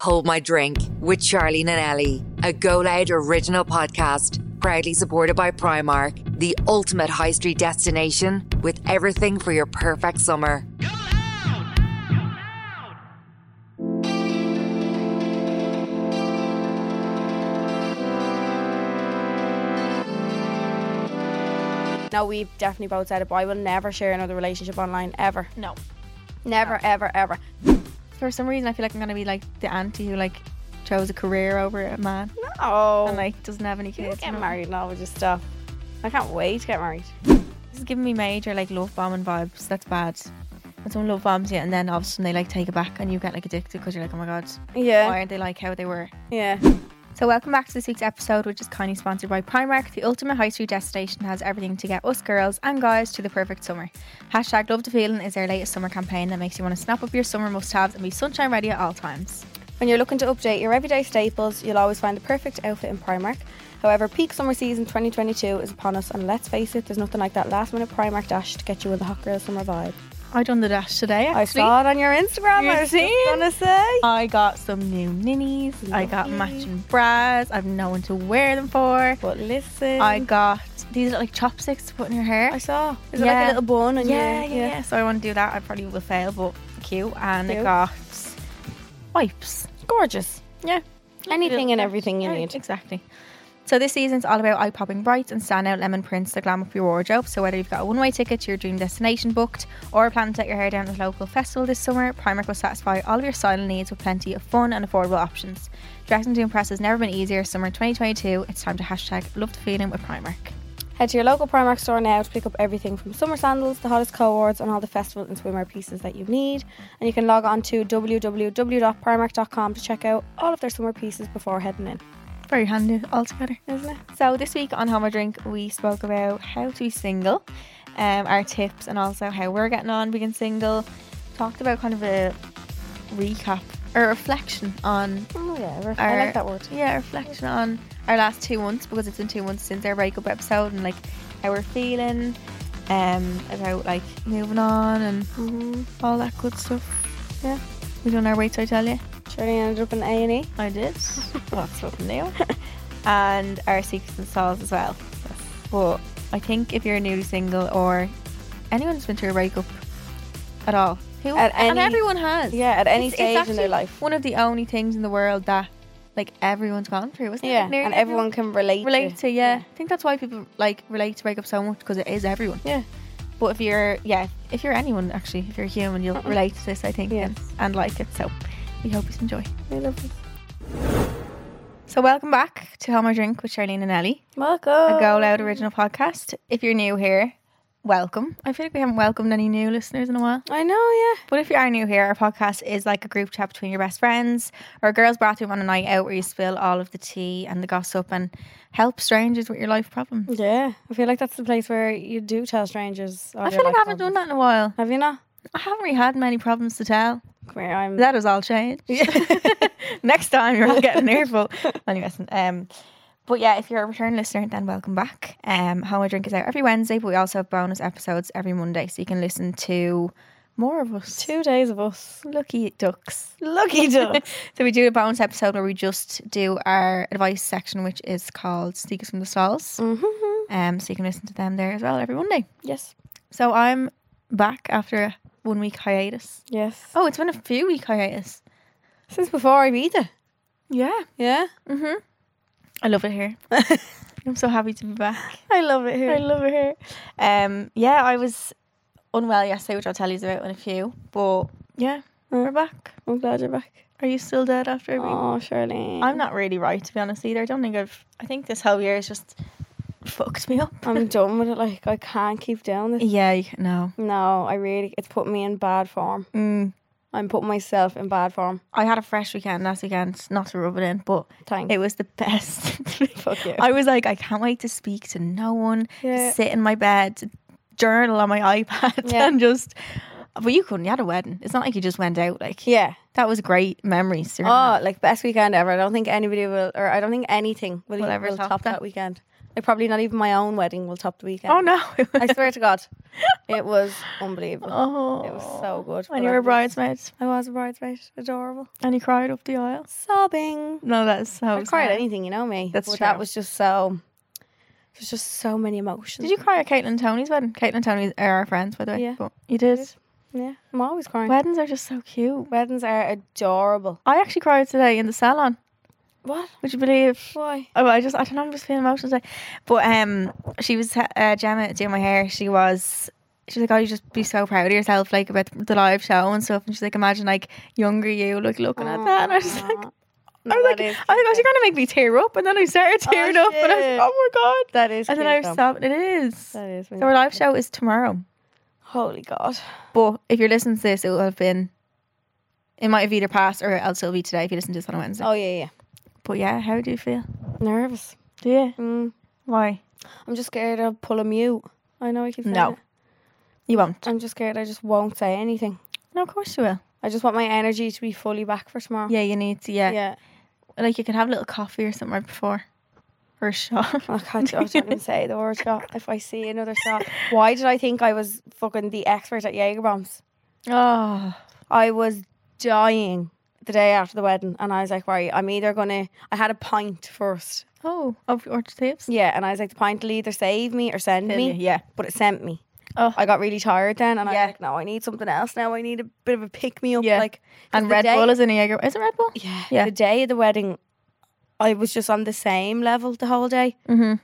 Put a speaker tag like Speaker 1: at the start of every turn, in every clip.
Speaker 1: Hold My Drink with Charlie Nanelli, a Go Loud original podcast proudly supported by Primark, the ultimate high street destination with everything for your perfect summer.
Speaker 2: No, we definitely both said it, but I will never share another relationship online ever.
Speaker 3: No.
Speaker 2: Never, ever, ever.
Speaker 3: For some reason, I feel like I'm gonna be like the auntie who like chose a career over a man
Speaker 2: Oh.
Speaker 3: and like doesn't have any
Speaker 2: We'll
Speaker 3: kids.
Speaker 2: get
Speaker 3: and all.
Speaker 2: married now, we just stop. I can't wait to get married.
Speaker 3: This is giving me major like love bombing vibes. That's bad. When someone love bombs you and then all of a sudden they like take it back and you get like addicted because you're like, oh my god, why
Speaker 2: Yeah.
Speaker 3: aren't they like how they were?
Speaker 2: Yeah.
Speaker 3: So welcome back to this week's episode, which is kindly sponsored by Primark, the ultimate high street destination that has everything to get us girls and guys to the perfect summer. Hashtag Love the Feeling is their latest summer campaign that makes you want to snap up your summer must-haves and be sunshine ready at all times.
Speaker 2: When you're looking to update your everyday staples, you'll always find the perfect outfit in Primark. However, peak summer season 2022 is upon us, and let's face it, there's nothing like that last minute Primark dash to get you in the hot girl summer vibe.
Speaker 3: I done the dash today.
Speaker 2: I
Speaker 3: Actually.
Speaker 2: saw it on your Instagram.
Speaker 3: You're
Speaker 2: I was
Speaker 3: seeing?
Speaker 2: just gonna say.
Speaker 3: I got some new ninnies. I got matching bras. I've no one to wear them for.
Speaker 2: But listen,
Speaker 3: I got these are like chopsticks to put in your hair.
Speaker 2: I saw. Is it like
Speaker 3: Yeah.
Speaker 2: a little bun? And
Speaker 3: yeah, yeah,
Speaker 2: you,
Speaker 3: yeah. So I want to do that. I probably will fail, but cute. And I
Speaker 2: Cute.
Speaker 3: got wipes.
Speaker 2: Gorgeous.
Speaker 3: Yeah.
Speaker 2: Anything and everything you need.
Speaker 3: Exactly. So this season's all about eye-popping brights and standout lemon prints that glam up your wardrobe. So whether you've got a one-way ticket to your dream destination booked or plan to let your hair down at a local festival this summer, Primark will satisfy all of your style needs with plenty of fun and affordable options. Dressing to impress has never been easier. Summer 2022, it's time to hashtag love the feeling with Primark.
Speaker 2: Head to your local Primark store now to pick up everything from summer sandals, the hottest cohorts, and all the festival and swimwear pieces that you need. And you can log on to www.primark.com to check out all of their summer pieces before heading in,
Speaker 3: Very handy altogether.
Speaker 2: isn't it?
Speaker 3: So this week on Homer Drink, we spoke about how to be single, um, our tips, and also how we're getting on being single. Talked about kind of a recap or a reflection on
Speaker 2: Oh yeah, ref-
Speaker 3: our
Speaker 2: I like that word.
Speaker 3: Yeah, a reflection on our last two months because it's been two months since our breakup episode and like how we're feeling, um, about like moving on and
Speaker 2: Mm-hmm.
Speaker 3: all that good stuff.
Speaker 2: Yeah.
Speaker 3: we done our way to I tell you.
Speaker 2: Shirley ended up in A and E.
Speaker 3: I did. well, that's what new. and our secrets and souls as well. But I think if you're newly single or anyone who's been through a breakup at all, who
Speaker 2: At
Speaker 3: and
Speaker 2: any-
Speaker 3: everyone has.
Speaker 2: Yeah, at any
Speaker 3: It's- it's
Speaker 2: stage in
Speaker 3: actually
Speaker 2: their life.
Speaker 3: One of the only things in the world that like everyone's gone through, isn't it?
Speaker 2: Yeah,
Speaker 3: Like, nearly
Speaker 2: and everyone can relate. to-
Speaker 3: relate to. Yeah. I think that's why people like relate to breakup so much because it is everyone.
Speaker 2: Yeah.
Speaker 3: But if you're yeah, if you're anyone actually, if you're human, you'll relate to this. I think
Speaker 2: Yes.
Speaker 3: and, and like it. So we hope you enjoy.
Speaker 2: I love it.
Speaker 3: So welcome back to Home or Drink with Charlene and Ellie,
Speaker 2: Welcome.
Speaker 3: a Go Loud original podcast. If you're new here, welcome. I feel like we haven't welcomed any new listeners in a while.
Speaker 2: I know.
Speaker 3: But if you are new here, our podcast is like a group chat between your best friends or a girls' bathroom on a night out where you spill all of the tea and the gossip and help strangers with your life problems.
Speaker 2: Yeah. Yeah. I feel like that's the place where you do tell strangers. all
Speaker 3: I
Speaker 2: your
Speaker 3: feel like
Speaker 2: life
Speaker 3: I haven't done
Speaker 2: problems.
Speaker 3: that in a while.
Speaker 2: Have you not?
Speaker 3: I haven't really had many problems to tell.
Speaker 2: Come here. I'm.
Speaker 3: That has all changed. Next time you're all getting an earful. Only messing. Um, but yeah, if you're a return listener, then welcome back. Um, How I Drink is out every Wednesday, but we also have bonus episodes every Monday, so you can listen to more of us.
Speaker 2: Two days of us.
Speaker 3: lucky ducks.
Speaker 2: Lucky ducks.
Speaker 3: so we do a bonus episode where we just do our advice section, which is called Sneakers from the Stalls.
Speaker 2: mm-hmm.
Speaker 3: Um, so you can listen to them there as well every Monday.
Speaker 2: Yes.
Speaker 3: So I'm back after a one week hiatus.
Speaker 2: Yes.
Speaker 3: Oh, it's been a few week hiatus.
Speaker 2: Since before I beat it.
Speaker 3: Yeah.
Speaker 2: Yeah.
Speaker 3: Mhm. I love it here. I'm so happy to be back.
Speaker 2: I love it
Speaker 3: I love it here. Um, yeah, I was unwell yesterday, which I'll tell you about in a few. But yeah, we're back.
Speaker 2: I'm glad you're back.
Speaker 3: Are you still dead after a week?
Speaker 2: Oh, Shirley.
Speaker 3: I'm not really right to be honest either. I don't think I've. I think this whole year has just fucked me up.
Speaker 2: I'm done with it. Like I can't keep down this.
Speaker 3: Yeah, you can, no.
Speaker 2: No, I really. It's put me in bad form.
Speaker 3: Mm.
Speaker 2: I'm putting myself in bad form.
Speaker 3: I had a fresh weekend last weekend, not to rub it in, but
Speaker 2: Thanks.
Speaker 3: it was the best.
Speaker 2: Fuck you.
Speaker 3: I was like, I can't wait to speak to no one,
Speaker 2: Yeah.
Speaker 3: sit in my bed, journal on my iPad,
Speaker 2: Yeah.
Speaker 3: and just. But you couldn't. You had a wedding. It's not like you just went out. Like
Speaker 2: yeah.
Speaker 3: that was great memories.
Speaker 2: Oh, like best weekend ever. I don't think anybody will, or I don't think anything will,
Speaker 3: Will ever
Speaker 2: will
Speaker 3: top
Speaker 2: top,
Speaker 3: that.
Speaker 2: that. weekend. Like probably not even my own wedding will top the weekend.
Speaker 3: Oh no!
Speaker 2: I swear to God, it was unbelievable.
Speaker 3: oh,
Speaker 2: It was so good.
Speaker 3: And
Speaker 2: but
Speaker 3: you
Speaker 2: I
Speaker 3: were
Speaker 2: was-
Speaker 3: bridesmaids,
Speaker 2: I was a bridesmaid. Adorable.
Speaker 3: and you cried up the aisle.
Speaker 2: Sobbing.
Speaker 3: No, that's so.
Speaker 2: I cried
Speaker 3: sad.
Speaker 2: at anything, you know me.
Speaker 3: That's
Speaker 2: but
Speaker 3: true.
Speaker 2: That was just so. There's just so many emotions.
Speaker 3: Did you cry at Caitlin and Tony's wedding? Caitlin and Tony's are our friends, by the way.
Speaker 2: Yeah.
Speaker 3: But you did.
Speaker 2: did. Yeah, I'm always crying.
Speaker 3: Weddings are just so cute.
Speaker 2: Weddings are adorable.
Speaker 3: I actually cried today in the salon.
Speaker 2: What?
Speaker 3: Would you believe?
Speaker 2: Why?
Speaker 3: Oh, I just I don't know. I'm just feeling emotional today. But um, she was uh, Gemma doing my hair. She was. She's like, oh, you just be so proud of yourself, like about the live show and stuff. And she's like, imagine like younger you, like looking at that. And I was just like, I was like, I think oh, you're gonna make me tear up. And then I started
Speaker 2: Oh,
Speaker 3: tearing up. And I was
Speaker 2: shit.
Speaker 3: like, oh my god.
Speaker 2: that is.
Speaker 3: And then I
Speaker 2: cute
Speaker 3: was
Speaker 2: though.
Speaker 3: sobbing. It is. So
Speaker 2: That is. when
Speaker 3: our
Speaker 2: you-
Speaker 3: live show is tomorrow.
Speaker 2: Holy God.
Speaker 3: But if you're listening to this, it will have been. It might have either passed or else it'll be today if you listen to this on a Wednesday.
Speaker 2: Oh yeah,
Speaker 3: But yeah, how do you feel?
Speaker 2: yeah. Nervous.
Speaker 3: Do you?
Speaker 2: Mm.
Speaker 3: Why?
Speaker 2: I'm just scared I'll pull a mute. I know I keep saying
Speaker 3: No.
Speaker 2: it.
Speaker 3: You won't.
Speaker 2: I'm just scared I just won't say anything.
Speaker 3: No, of course you will.
Speaker 2: I just want my energy to be fully back for tomorrow.
Speaker 3: Yeah, you need to. Yeah.
Speaker 2: Yeah.
Speaker 3: Like you can have a little coffee or something right before. Or a shot.
Speaker 2: I can't. I don't even say the word shot. If I see another shot, why did I think I was fucking the expert at Jaeger bombs?
Speaker 3: Oh.
Speaker 2: I was dying the day after the wedding, and I was like, right, I'm either gonna. I had a pint first,
Speaker 3: Oh. Of orange tips.
Speaker 2: yeah, and I was like, the pint will either save me or send me,
Speaker 3: Yeah.
Speaker 2: but it sent me.
Speaker 3: Oh.
Speaker 2: I got really tired then, and I
Speaker 3: Yeah.
Speaker 2: was like, no, I need something else now. I need a bit of a pick me up,
Speaker 3: Yeah.
Speaker 2: like 'cause
Speaker 3: And
Speaker 2: the
Speaker 3: Red
Speaker 2: day-
Speaker 3: Bull is in a Jaeger. Is it Red Bull?
Speaker 2: Yeah,
Speaker 3: Yeah.
Speaker 2: the day of the wedding, I was just on the same level the whole day.
Speaker 3: Mm-hmm.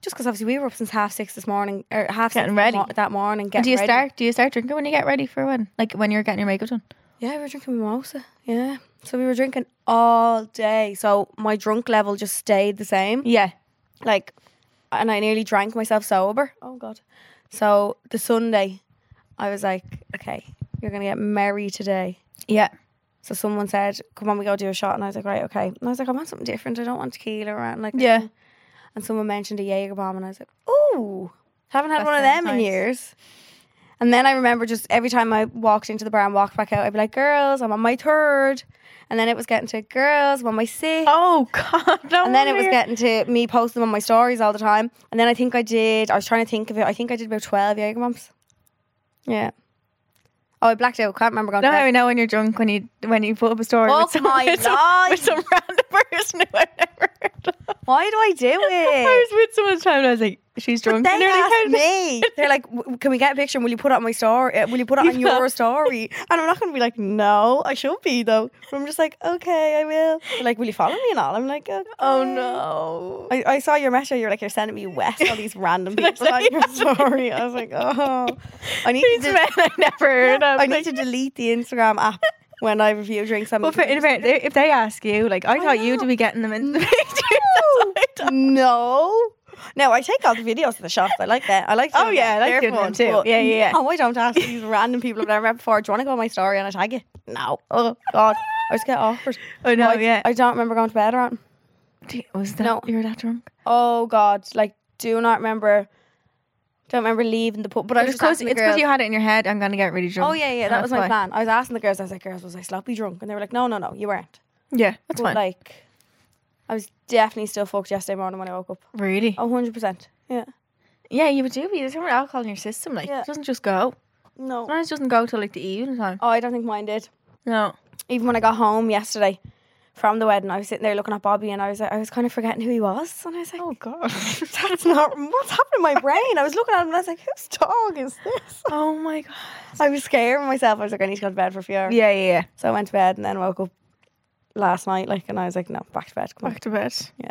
Speaker 2: Just because obviously we were up since half six this morning, or half
Speaker 3: Getting
Speaker 2: six
Speaker 3: ready.
Speaker 2: mo- that morning. Getting
Speaker 3: Do you
Speaker 2: ready.
Speaker 3: start? Do you start drinking when you get ready for one? Like when you're getting your makeup done?
Speaker 2: Yeah, we were drinking mimosa. Yeah. So we were drinking all day. So my drunk level just stayed the same.
Speaker 3: Yeah.
Speaker 2: Like, and I nearly drank myself sober. Oh, God. So the Sunday, I was like, okay, you're going to get merry today.
Speaker 3: Yeah.
Speaker 2: So someone said, come on, we go do a shot. And I was like, right, okay. And I was like, I want something different. I don't want tequila or anything like that.
Speaker 3: Yeah.
Speaker 2: And someone mentioned a Jaeger bomb. And I was like, ooh, haven't had
Speaker 3: That
Speaker 2: one of
Speaker 3: sounds
Speaker 2: them in
Speaker 3: nice.
Speaker 2: years. And then I remember just every time I walked into the bar and walked back out, I'd be like, girls, I'm on my third. And then it was getting to girls, I'm on my sixth.
Speaker 3: Oh God. No
Speaker 2: and then it was
Speaker 3: wonder.
Speaker 2: getting to me posting them on my stories all the time. And then I think I did, I was trying to think of it, I think I did about 12 Jaeger bombs. Yeah. Oh, I blacked out. Can't remember going
Speaker 3: No,
Speaker 2: to bed.
Speaker 3: I know when you're drunk when you when you put up a story
Speaker 2: Oh
Speaker 3: with, some,
Speaker 2: my
Speaker 3: with, some,
Speaker 2: God.
Speaker 3: with some random person who I've never heard of.
Speaker 2: Why do I do it?
Speaker 3: I was with someone at the time and I was like, she's drunk.
Speaker 2: They
Speaker 3: and they're like,
Speaker 2: asked
Speaker 3: "How did-"
Speaker 2: me. They're like, "W- "Can we get a picture? And will you put it on my story? uh, Will you put it on
Speaker 3: Yeah.
Speaker 2: your story?" And I'm not going to be like, "No, I should be though." But I'm just like, "Okay, I will." They're like, "Will you follow me and all?" I'm like, "Okay."
Speaker 3: Oh no.
Speaker 2: I, I saw your message. You're like, "You're sending me west all these random
Speaker 3: I
Speaker 2: people on
Speaker 3: say-
Speaker 2: your story." I was like, "Oh, I need
Speaker 3: These
Speaker 2: to
Speaker 3: men I never heard of.
Speaker 2: I need
Speaker 3: Like,
Speaker 2: to delete the Instagram app when I have a few drinks." I'm
Speaker 3: but for, in fact, they- if they ask you, like, I thought you'd be getting them in the picture. That's what I thought.
Speaker 2: no. No, I take all the videos of the shots. I like that. I like
Speaker 3: Oh,
Speaker 2: doing
Speaker 3: yeah, I
Speaker 2: that.
Speaker 3: like
Speaker 2: They're
Speaker 3: doing them
Speaker 2: fun,
Speaker 3: too.
Speaker 2: but
Speaker 3: Yeah, yeah, yeah.
Speaker 2: Oh, I don't ask these random people I've never met before. Do you want to go on my story and I tag you? No. Oh God, I just get awkward.
Speaker 3: Oh no,
Speaker 2: I,
Speaker 3: yeah.
Speaker 2: I don't remember going to bed around.
Speaker 3: Do- was that
Speaker 2: No.
Speaker 3: you were that drunk?
Speaker 2: Oh God, like do not remember. Don't remember leaving the pub. But I was
Speaker 3: It's
Speaker 2: just asking the girls.
Speaker 3: because you had it in your head. I'm gonna get really drunk.
Speaker 2: Oh yeah, yeah, that
Speaker 3: That's
Speaker 2: was my
Speaker 3: why.
Speaker 2: plan. I was asking the girls. I was like, "Girls, was I sloppy drunk?" And they were like, "No, no, no, you weren't."
Speaker 3: Yeah, that's
Speaker 2: But
Speaker 3: fine.
Speaker 2: like, I was definitely still fucked yesterday morning when I woke up.
Speaker 3: really?
Speaker 2: A hundred percent. Yeah.
Speaker 3: Yeah, you would do. Be there's more alcohol in your system. Like,
Speaker 2: Yeah.
Speaker 3: it doesn't just go.
Speaker 2: No.
Speaker 3: Sometimes it doesn't go till like the evening time.
Speaker 2: Oh, I don't think mine did.
Speaker 3: No.
Speaker 2: even when I got home yesterday from the wedding, I was sitting there looking at Bobby, and I was like, I was kind of forgetting who he was, and I was like,
Speaker 3: Oh god.
Speaker 2: that's not what's happened in my brain. I was looking at him, and I was like, whose dog is this?
Speaker 3: oh my god.
Speaker 2: I was scared of myself. I was like, I need to go to bed for a few hours.
Speaker 3: Yeah, yeah, yeah.
Speaker 2: So I went to bed and then woke up last night, like, and I was like, no, back to bed. Come on,
Speaker 3: Back to bed.
Speaker 2: Yeah.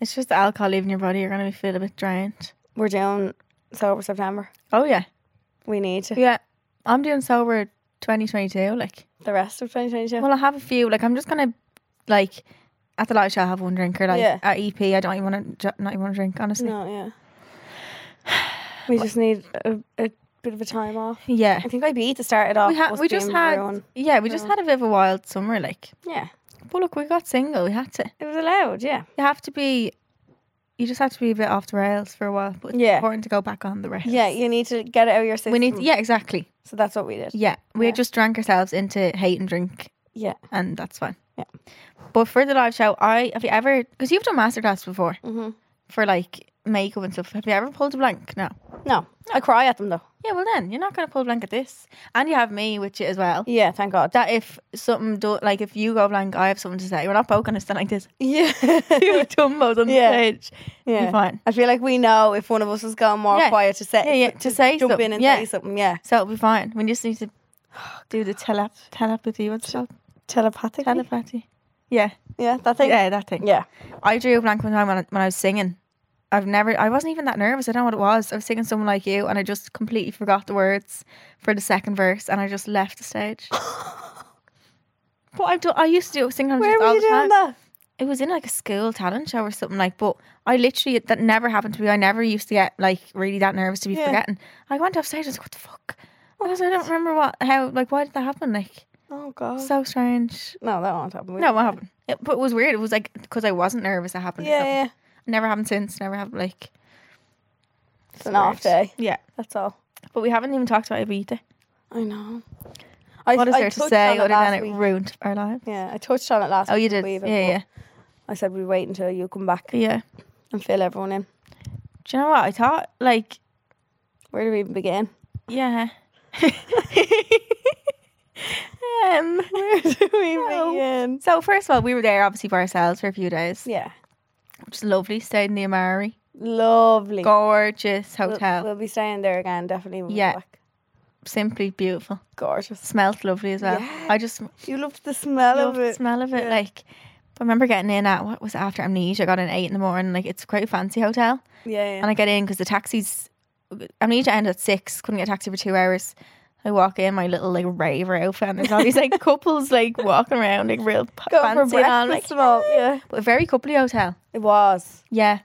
Speaker 3: It's just the alcohol leaving your body. You're gonna be feel a bit drained.
Speaker 2: we're doing sober September.
Speaker 3: Oh yeah.
Speaker 2: We need to
Speaker 3: Yeah. I'm doing sober 2022. Like,
Speaker 2: the rest of 2022.
Speaker 3: well, I have a few. Like, I'm just gonna like at the live show. I have one drinker. Like
Speaker 2: Yeah.
Speaker 3: at EP, I don't even want to not even want to drink. Honestly.
Speaker 2: no, yeah. We just need a, a bit of a time off.
Speaker 3: Yeah.
Speaker 2: I think I beat to start it off.
Speaker 3: We had
Speaker 2: us
Speaker 3: we just
Speaker 2: being
Speaker 3: had
Speaker 2: ruined.
Speaker 3: yeah we just had a bit of a wild summer. Like,
Speaker 2: yeah.
Speaker 3: but look, we got single. We had to.
Speaker 2: It was allowed, yeah.
Speaker 3: You have to be. You just have to be a bit off the rails for a while, but it's
Speaker 2: Yeah.
Speaker 3: important to go back on the rails.
Speaker 2: Yeah, you need to get it out of your system.
Speaker 3: we need. Yeah, exactly.
Speaker 2: So that's what we did.
Speaker 3: Yeah, we
Speaker 2: Yeah.
Speaker 3: just drank ourselves into hate and drink,
Speaker 2: Yeah.
Speaker 3: and that's fine.
Speaker 2: Yeah.
Speaker 3: But for the live show, I have you ever because you've done masterclass before
Speaker 2: Mm-hmm.
Speaker 3: for like makeup and stuff. Have you ever pulled a blank? No.
Speaker 2: No, I cry at them though.
Speaker 3: Yeah, well then you're not going to pull a blank at this, and you have me with you as well.
Speaker 2: Yeah, thank God.
Speaker 3: That if something do like if you go blank, I have something to say. We're not poking us like this.
Speaker 2: yeah,
Speaker 3: Two dumbos on
Speaker 2: Yeah.
Speaker 3: stage.
Speaker 2: yeah.
Speaker 3: You're fine.
Speaker 2: I feel like we know if one of us has gone more
Speaker 3: Yeah.
Speaker 2: quiet to say,
Speaker 3: Yeah, yeah, to say
Speaker 2: jump
Speaker 3: something,
Speaker 2: in and
Speaker 3: yeah.
Speaker 2: say something. Yeah,
Speaker 3: So it'll be fine. We just need to do the tele telepathy. What's it called?
Speaker 2: telepathic.
Speaker 3: Telepathy. Yeah,
Speaker 2: yeah, that thing.
Speaker 3: yeah, that thing.
Speaker 2: yeah.
Speaker 3: I drew a blank one time when I, when I was singing. I've never, I wasn't even that nervous. I don't know what it was. I was singing Someone Like You and I just completely forgot the words for the second verse and I just left the stage. but I've done, I used to do sing
Speaker 2: Where
Speaker 3: contest
Speaker 2: were
Speaker 3: all
Speaker 2: you
Speaker 3: the
Speaker 2: doing
Speaker 3: time.
Speaker 2: that?
Speaker 3: It was in like a school talent show or something like, but I literally, that never happened to me. I never used to get like really that nervous to be
Speaker 2: Yeah.
Speaker 3: forgetting. I went off stage and was like, what the fuck? I was I don't remember what, how, like, why did that happen? Like,
Speaker 2: Oh God.
Speaker 3: so strange.
Speaker 2: no, that won't happen. We-
Speaker 3: No, what happened? It, but it was weird. It was like, because I wasn't nervous, it happened. It
Speaker 2: Yeah,
Speaker 3: happened.
Speaker 2: yeah.
Speaker 3: Never happened since. Never happened like.
Speaker 2: It's an off
Speaker 3: weird.
Speaker 2: day.
Speaker 3: Yeah,
Speaker 2: That's all.
Speaker 3: but we haven't even talked about Ibiza.
Speaker 2: I know. I,
Speaker 3: What is
Speaker 2: I
Speaker 3: there to
Speaker 2: touched
Speaker 3: say
Speaker 2: on it
Speaker 3: other
Speaker 2: last
Speaker 3: than
Speaker 2: week.
Speaker 3: it ruined our lives?
Speaker 2: Yeah, I touched on it last.
Speaker 3: Oh, you
Speaker 2: week a
Speaker 3: did.
Speaker 2: wee
Speaker 3: Yeah,
Speaker 2: bit,
Speaker 3: yeah,
Speaker 2: but I said we'd wait until you come back
Speaker 3: yeah.
Speaker 2: and fill everyone in.
Speaker 3: Do you know what I thought? Like,
Speaker 2: Where do we even begin?
Speaker 3: yeah. um.
Speaker 2: Where do we
Speaker 3: No.
Speaker 2: begin?
Speaker 3: So first of all, we were there obviously by ourselves for a few days,
Speaker 2: Yeah,
Speaker 3: which is lovely. Stayed in the Amari,
Speaker 2: lovely.
Speaker 3: gorgeous
Speaker 2: We'll-
Speaker 3: hotel,
Speaker 2: We'll, be staying there again, definitely. When
Speaker 3: Yeah.
Speaker 2: We're back.
Speaker 3: simply beautiful.
Speaker 2: Gorgeous.
Speaker 3: Smelt lovely as well.
Speaker 2: Yeah.
Speaker 3: I just
Speaker 2: You loved the smell
Speaker 3: love
Speaker 2: of
Speaker 3: the
Speaker 2: it.
Speaker 3: smell of it.
Speaker 2: Yeah.
Speaker 3: Like, I remember getting in at what was it, after Amnesia. I got in at eight in the morning. Like, it's quite a fancy hotel.
Speaker 2: yeah, yeah.
Speaker 3: And I get in because the taxis, I need to end at six. Couldn't get a taxi for two hours. I walk in my little like raver outfit, and there's all these like couples like walking around like real p-
Speaker 2: Go for
Speaker 3: fancy,
Speaker 2: breakfast
Speaker 3: and I'm like,
Speaker 2: and all, Yeah,
Speaker 3: but a very coupley hotel.
Speaker 2: it was.
Speaker 3: Yeah,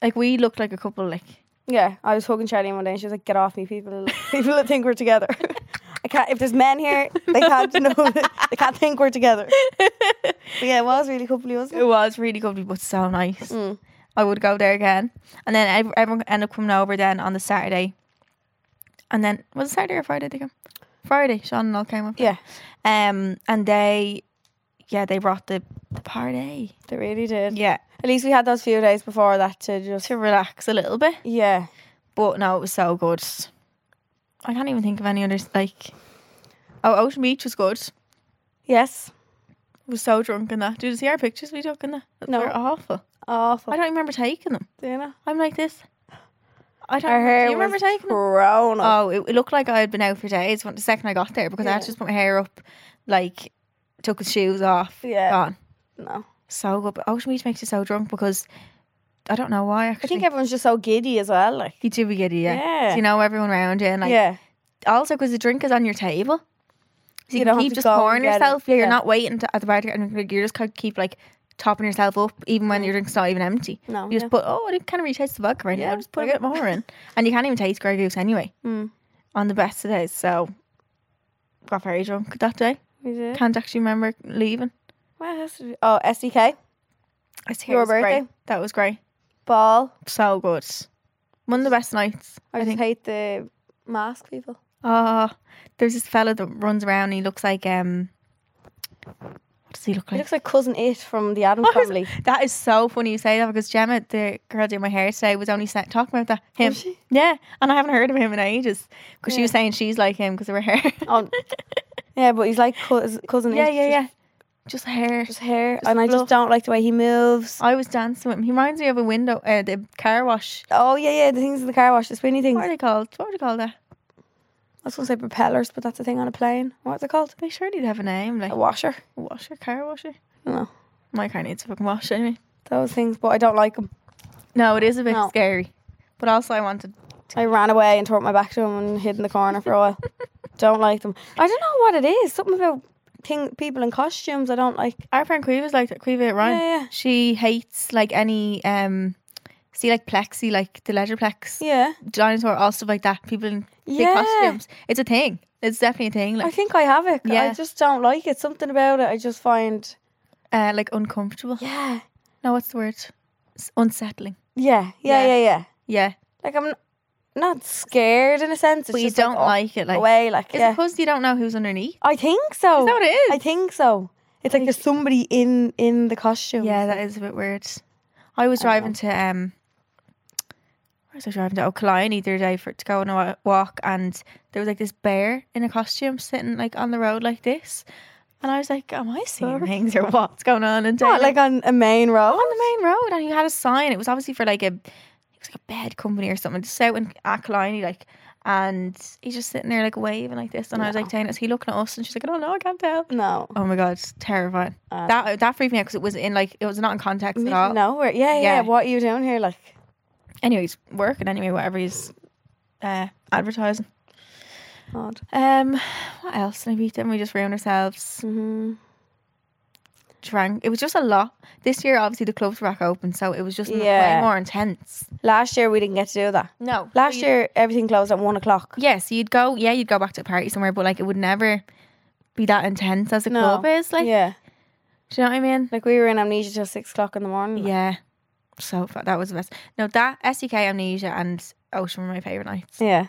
Speaker 3: like we looked like a couple. Like
Speaker 2: Yeah, I was talking to Charlie one day, and she was like, "Get off me, people! People that think we're together. I can't. If there's men here, they can't know. that- They can't think we're together." But yeah, it was really coupley, wasn't
Speaker 3: it
Speaker 2: it?
Speaker 3: was really coupley, but so nice.
Speaker 2: Mm.
Speaker 3: I would go there again, and then ev- everyone ended up coming over then on the Saturday, and then was it Saturday or Friday? They come Friday. Sean and all came up.
Speaker 2: Yeah,
Speaker 3: Um, and they, yeah, they brought the the party.
Speaker 2: they really did.
Speaker 3: Yeah.
Speaker 2: At least we had those few days before that to just.
Speaker 3: to relax a little bit.
Speaker 2: Yeah,
Speaker 3: But no, it was so good. I can't even think of any others. Like, oh, Ocean Beach was good.
Speaker 2: yes,
Speaker 3: We was so drunk in that. Did you see our pictures we took in that?
Speaker 2: No.
Speaker 3: They're awful.
Speaker 2: awful.
Speaker 3: I don't remember taking them.
Speaker 2: Do you know?
Speaker 3: I'm like this. I don't.
Speaker 2: Our
Speaker 3: Remember.
Speaker 2: hair
Speaker 3: Do you remember
Speaker 2: was
Speaker 3: taking them?
Speaker 2: grown up.
Speaker 3: Oh, it, it looked like I had been out for days. When the second I got there, because I had
Speaker 2: Yeah.
Speaker 3: to just put my hair up, like, took his shoes off.
Speaker 2: Yeah.
Speaker 3: Gone.
Speaker 2: No,
Speaker 3: So good. But Ocean Beach makes you so drunk because I don't know why. Actually,
Speaker 2: I think everyone's just so giddy as well. Like,
Speaker 3: you do be giddy. Yeah.
Speaker 2: Yeah.
Speaker 3: So you know everyone around you and like.
Speaker 2: yeah,
Speaker 3: also because the drink is on your table. So you,
Speaker 2: You
Speaker 3: can
Speaker 2: don't have
Speaker 3: keep
Speaker 2: to
Speaker 3: just
Speaker 2: go and
Speaker 3: pouring
Speaker 2: get it.
Speaker 3: yourself. Yeah, you're
Speaker 2: Yeah.
Speaker 3: not waiting to, at the bar to get a drink. You're just kind of keep like topping yourself up, even when your drink's not even empty.
Speaker 2: No,
Speaker 3: you just
Speaker 2: yeah.
Speaker 3: put oh, I kind of retaste the vodka right now.
Speaker 2: Yeah,
Speaker 3: Just put a
Speaker 2: like
Speaker 3: bit more in, and you can't even taste Grey Goose anyway.
Speaker 2: Mm.
Speaker 3: On the best of days, so got very drunk that day.
Speaker 2: we did.
Speaker 3: Can't actually remember leaving.
Speaker 2: What else did we- oh, SDK
Speaker 3: I see
Speaker 2: Your
Speaker 3: it was great.
Speaker 2: birthday?
Speaker 3: That was great.
Speaker 2: ball.
Speaker 3: So good. One of the best nights.
Speaker 2: I, just hate the mask people.
Speaker 3: Oh, there's this fella that runs around. And he looks like um. What does he look
Speaker 2: He
Speaker 3: like?
Speaker 2: looks like Oh, cousin It from the Adams
Speaker 3: I was-
Speaker 2: family.
Speaker 3: That is so funny you say that because Gemma, the girl doing my hair today, was only sa- talking about that. Him.
Speaker 2: Was she?
Speaker 3: Yeah, and I haven't heard of him in ages because she was saying she's like him because of her hair.
Speaker 2: Oh, yeah, but he's like cous- cousin
Speaker 3: yeah,
Speaker 2: It,
Speaker 3: yeah,
Speaker 2: just-
Speaker 3: yeah. Just hair.
Speaker 2: Just hair, and I
Speaker 3: fluff.
Speaker 2: just don't like the way he moves.
Speaker 3: I was dancing with him. He reminds me of a window, uh, the car wash.
Speaker 2: Oh yeah, yeah, the things in the car wash, the spinny things.
Speaker 3: What are
Speaker 2: I
Speaker 3: they called? What would you call that?
Speaker 2: was going to say propellers, but that's a thing on a plane. What's it called?
Speaker 3: They surely have a name, like
Speaker 2: A washer.
Speaker 3: washer, car washer.
Speaker 2: No,
Speaker 3: My car needs a fucking wash anyway.
Speaker 2: those things. But I don't like them.
Speaker 3: No, it is a bit
Speaker 2: No.
Speaker 3: scary, but also I wanted.
Speaker 2: I ran away and tore up my back to him and hid in the corner for a while. don't like them. I don't know what it is. Something about thing people in costumes. I don't like.
Speaker 3: Our friend Cueva's like that. Cueva Ryan.
Speaker 2: Yeah, yeah.
Speaker 3: She hates like any um, see like plexi, like the leisure plex.
Speaker 2: Yeah,
Speaker 3: dinosaur, all stuff like that. People in big
Speaker 2: Yeah.
Speaker 3: costumes. It's a thing. It's definitely a thing.
Speaker 2: I
Speaker 3: Like,
Speaker 2: think I have it.
Speaker 3: Yeah.
Speaker 2: I just don't like it. Something about it. I just find.
Speaker 3: uh, like uncomfortable.
Speaker 2: Yeah.
Speaker 3: No, what's the word? It's unsettling.
Speaker 2: Yeah, yeah,
Speaker 3: Yeah.
Speaker 2: yeah, yeah.
Speaker 3: Yeah,
Speaker 2: Like I'm n- not scared in a sense. It's
Speaker 3: but you
Speaker 2: just
Speaker 3: don't
Speaker 2: oh,
Speaker 3: like, it. Like,
Speaker 2: away. Like
Speaker 3: is
Speaker 2: yeah, Oh,
Speaker 3: it because you don't know who's underneath?
Speaker 2: I think so.
Speaker 3: Is that what it is?
Speaker 2: I think so. It's like there's somebody in in the costume.
Speaker 3: yeah, that is a bit weird. I was driving to um, where was I driving to? Oh, Killeen the other day for to go on a wa- walk, and there was like this bear in a costume sitting like on the road like this, and I was like, "Am I seeing things or what's going on?" And
Speaker 2: Not like on a main road.
Speaker 3: on the main road, and he had a sign. It was obviously for like a, it was like a bed company or something. Just out in Aquiline, like, and he's just sitting there like waving like this, and I was like, "Dana, is he looking at us?" And she's like, "I don't know, I can't tell."
Speaker 2: No.
Speaker 3: Oh my god, it's terrifying. that that freaked me out because it was in like it was not in context at all.
Speaker 2: Um, Mm-hmm, No, we're- yeah, yeah,
Speaker 3: Yeah.
Speaker 2: What are you doing here? Like,
Speaker 3: Anyway, he's working anyway. Whatever he's uh, advertising.
Speaker 2: odd.
Speaker 3: Um, what else? Did we didn't we just ruin ourselves? Mm-hmm.
Speaker 2: Mhm.
Speaker 3: Drank. It was just a lot. This year, obviously, the clubs were back open, so it was just
Speaker 2: Yeah.
Speaker 3: way more intense.
Speaker 2: Last year we didn't get to do that.
Speaker 3: No,
Speaker 2: Last year everything closed at one o'clock.
Speaker 3: Yeah, so you'd go, yeah, you'd go back to a party somewhere, but like it would never be that intense as a
Speaker 2: No.
Speaker 3: club is. Like,
Speaker 2: yeah,
Speaker 3: do you know what I mean?
Speaker 2: like we were in amnesia till six o'clock in the morning.
Speaker 3: Yeah. So fu- that was the best. No, that SDK Amnesia and Ocean were my favourite nights.
Speaker 2: yeah.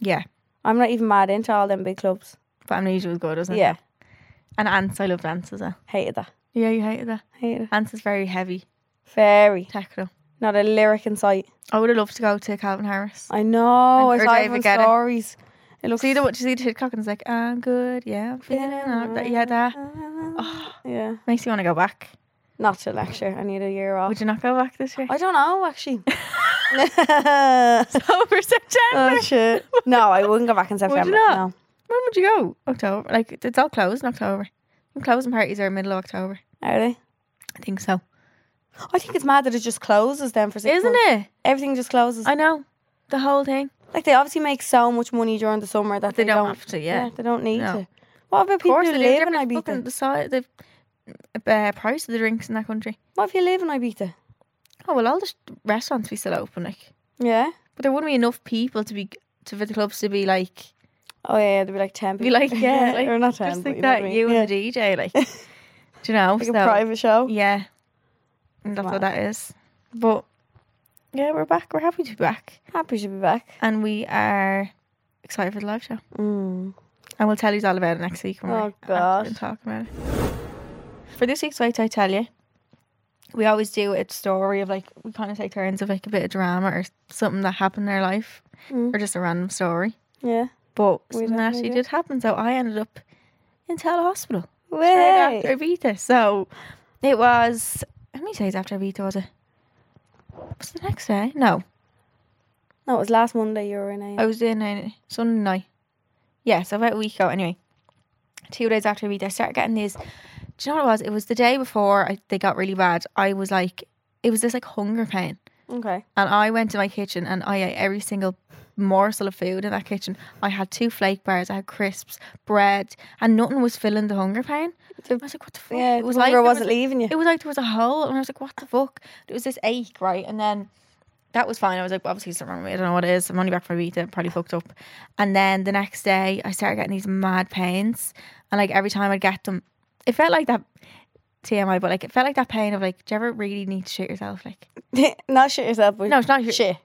Speaker 3: Yeah.
Speaker 2: I'm not even mad into all them big clubs.
Speaker 3: But Amnesia was good, wasn't it?
Speaker 2: Yeah,
Speaker 3: And Ants, I loved Ants as well.
Speaker 2: hated that.
Speaker 3: Yeah, you hated that.
Speaker 2: Hated it.
Speaker 3: Ants is very heavy,
Speaker 2: Very.
Speaker 3: techno.
Speaker 2: Not a lyric in sight.
Speaker 3: I would have loved to go to Calvin Harris.
Speaker 2: I know.
Speaker 3: And
Speaker 2: I
Speaker 3: or
Speaker 2: saw
Speaker 3: David
Speaker 2: everyone's
Speaker 3: Guetta.
Speaker 2: stories. It looks.
Speaker 3: See the what you see the TikTok and it's like, I'm good, yeah, I'm feeling all right. Yeah, that Ah.
Speaker 2: Yeah.
Speaker 3: makes you want to go back.
Speaker 2: Not till next year. I need a year off.
Speaker 3: Would you not go back this year?
Speaker 2: I don't know actually.
Speaker 3: Over September.
Speaker 2: oh shit! No, I wouldn't go back in September.
Speaker 3: not?
Speaker 2: No.
Speaker 3: When would you go? October. Like it's all closed in October. And closing parties are middle of October.
Speaker 2: Are they?
Speaker 3: I think so.
Speaker 2: I think it's mad that it just closes then for six
Speaker 3: Isn't
Speaker 2: months.
Speaker 3: it?
Speaker 2: Everything just closes.
Speaker 3: I know. The whole thing.
Speaker 2: like they obviously make so much money during the summer that
Speaker 3: They
Speaker 2: they,
Speaker 3: don't have to, yeah.
Speaker 2: they don't need
Speaker 3: No.
Speaker 2: to. What about people who
Speaker 3: they do.
Speaker 2: live in
Speaker 3: They're fucking
Speaker 2: Ibiza?
Speaker 3: the size the uh, price of the drinks in that country.
Speaker 2: What if you live in Ibiza?
Speaker 3: Oh well all the sh- restaurants be still open, like.
Speaker 2: Yeah.
Speaker 3: But there wouldn't be enough people to be to for the clubs to be like
Speaker 2: Oh yeah, there'd be like ten
Speaker 3: be
Speaker 2: people.
Speaker 3: like yeah, like
Speaker 2: or not ten.
Speaker 3: just
Speaker 2: but
Speaker 3: like
Speaker 2: you know
Speaker 3: that
Speaker 2: what I mean.
Speaker 3: you
Speaker 2: yeah.
Speaker 3: and the DJ like do you know
Speaker 2: like
Speaker 3: so,
Speaker 2: a private show.
Speaker 3: yeah and that's what that is but yeah we're back we're happy to be back
Speaker 2: Happy to be back.
Speaker 3: and we are excited for the live show.
Speaker 2: Mm.
Speaker 3: And we'll tell you all about it next week. When
Speaker 2: Oh,
Speaker 3: we're actually
Speaker 2: gosh.
Speaker 3: gonna talk about it. For this week's wait, I tell you, we always do a story of like we kind of take turns of like a bit of drama or something that happened in their life, or just a random story.
Speaker 2: Yeah.
Speaker 3: But
Speaker 2: Mm. We
Speaker 3: something
Speaker 2: definitely
Speaker 3: actually
Speaker 2: do.
Speaker 3: did happen, so I ended up in Tell Hospital
Speaker 2: Way.
Speaker 3: right after Ibiza. So it was how many days after Ibiza was it? Was it the next day? No,
Speaker 2: No, it was last Monday you were in eh? a
Speaker 3: I was doing it Sunday night. Yeah, so about a week ago anyway. Two days after we did, I started getting these. Do you know what it was? It was the day before I, they got really bad. I was like, it was this like hunger pain.
Speaker 2: Okay.
Speaker 3: And I went to my kitchen and I ate every single morsel of food in that kitchen. I had two flake bars, I had crisps, bread, and nothing was filling the hunger pain. I was like, what the fuck?
Speaker 2: Yeah,
Speaker 3: it was
Speaker 2: the hunger
Speaker 3: there
Speaker 2: wasn't leaving you.
Speaker 3: It was like there was a hole, and I was like, what the fuck? It was this ache, right? And then that was fine. I was like, obviously something wrong with me. I don't know what it is. I'm only back from Ibiza. Probably fucked up. And then the next day, I started getting these mad pains, and like every time I'd get them, it felt like that TMI, but like it felt like that pain of like, do you ever really need to shit yourself? Like,
Speaker 2: not shit yourself, but
Speaker 3: no, it's not your
Speaker 2: shit.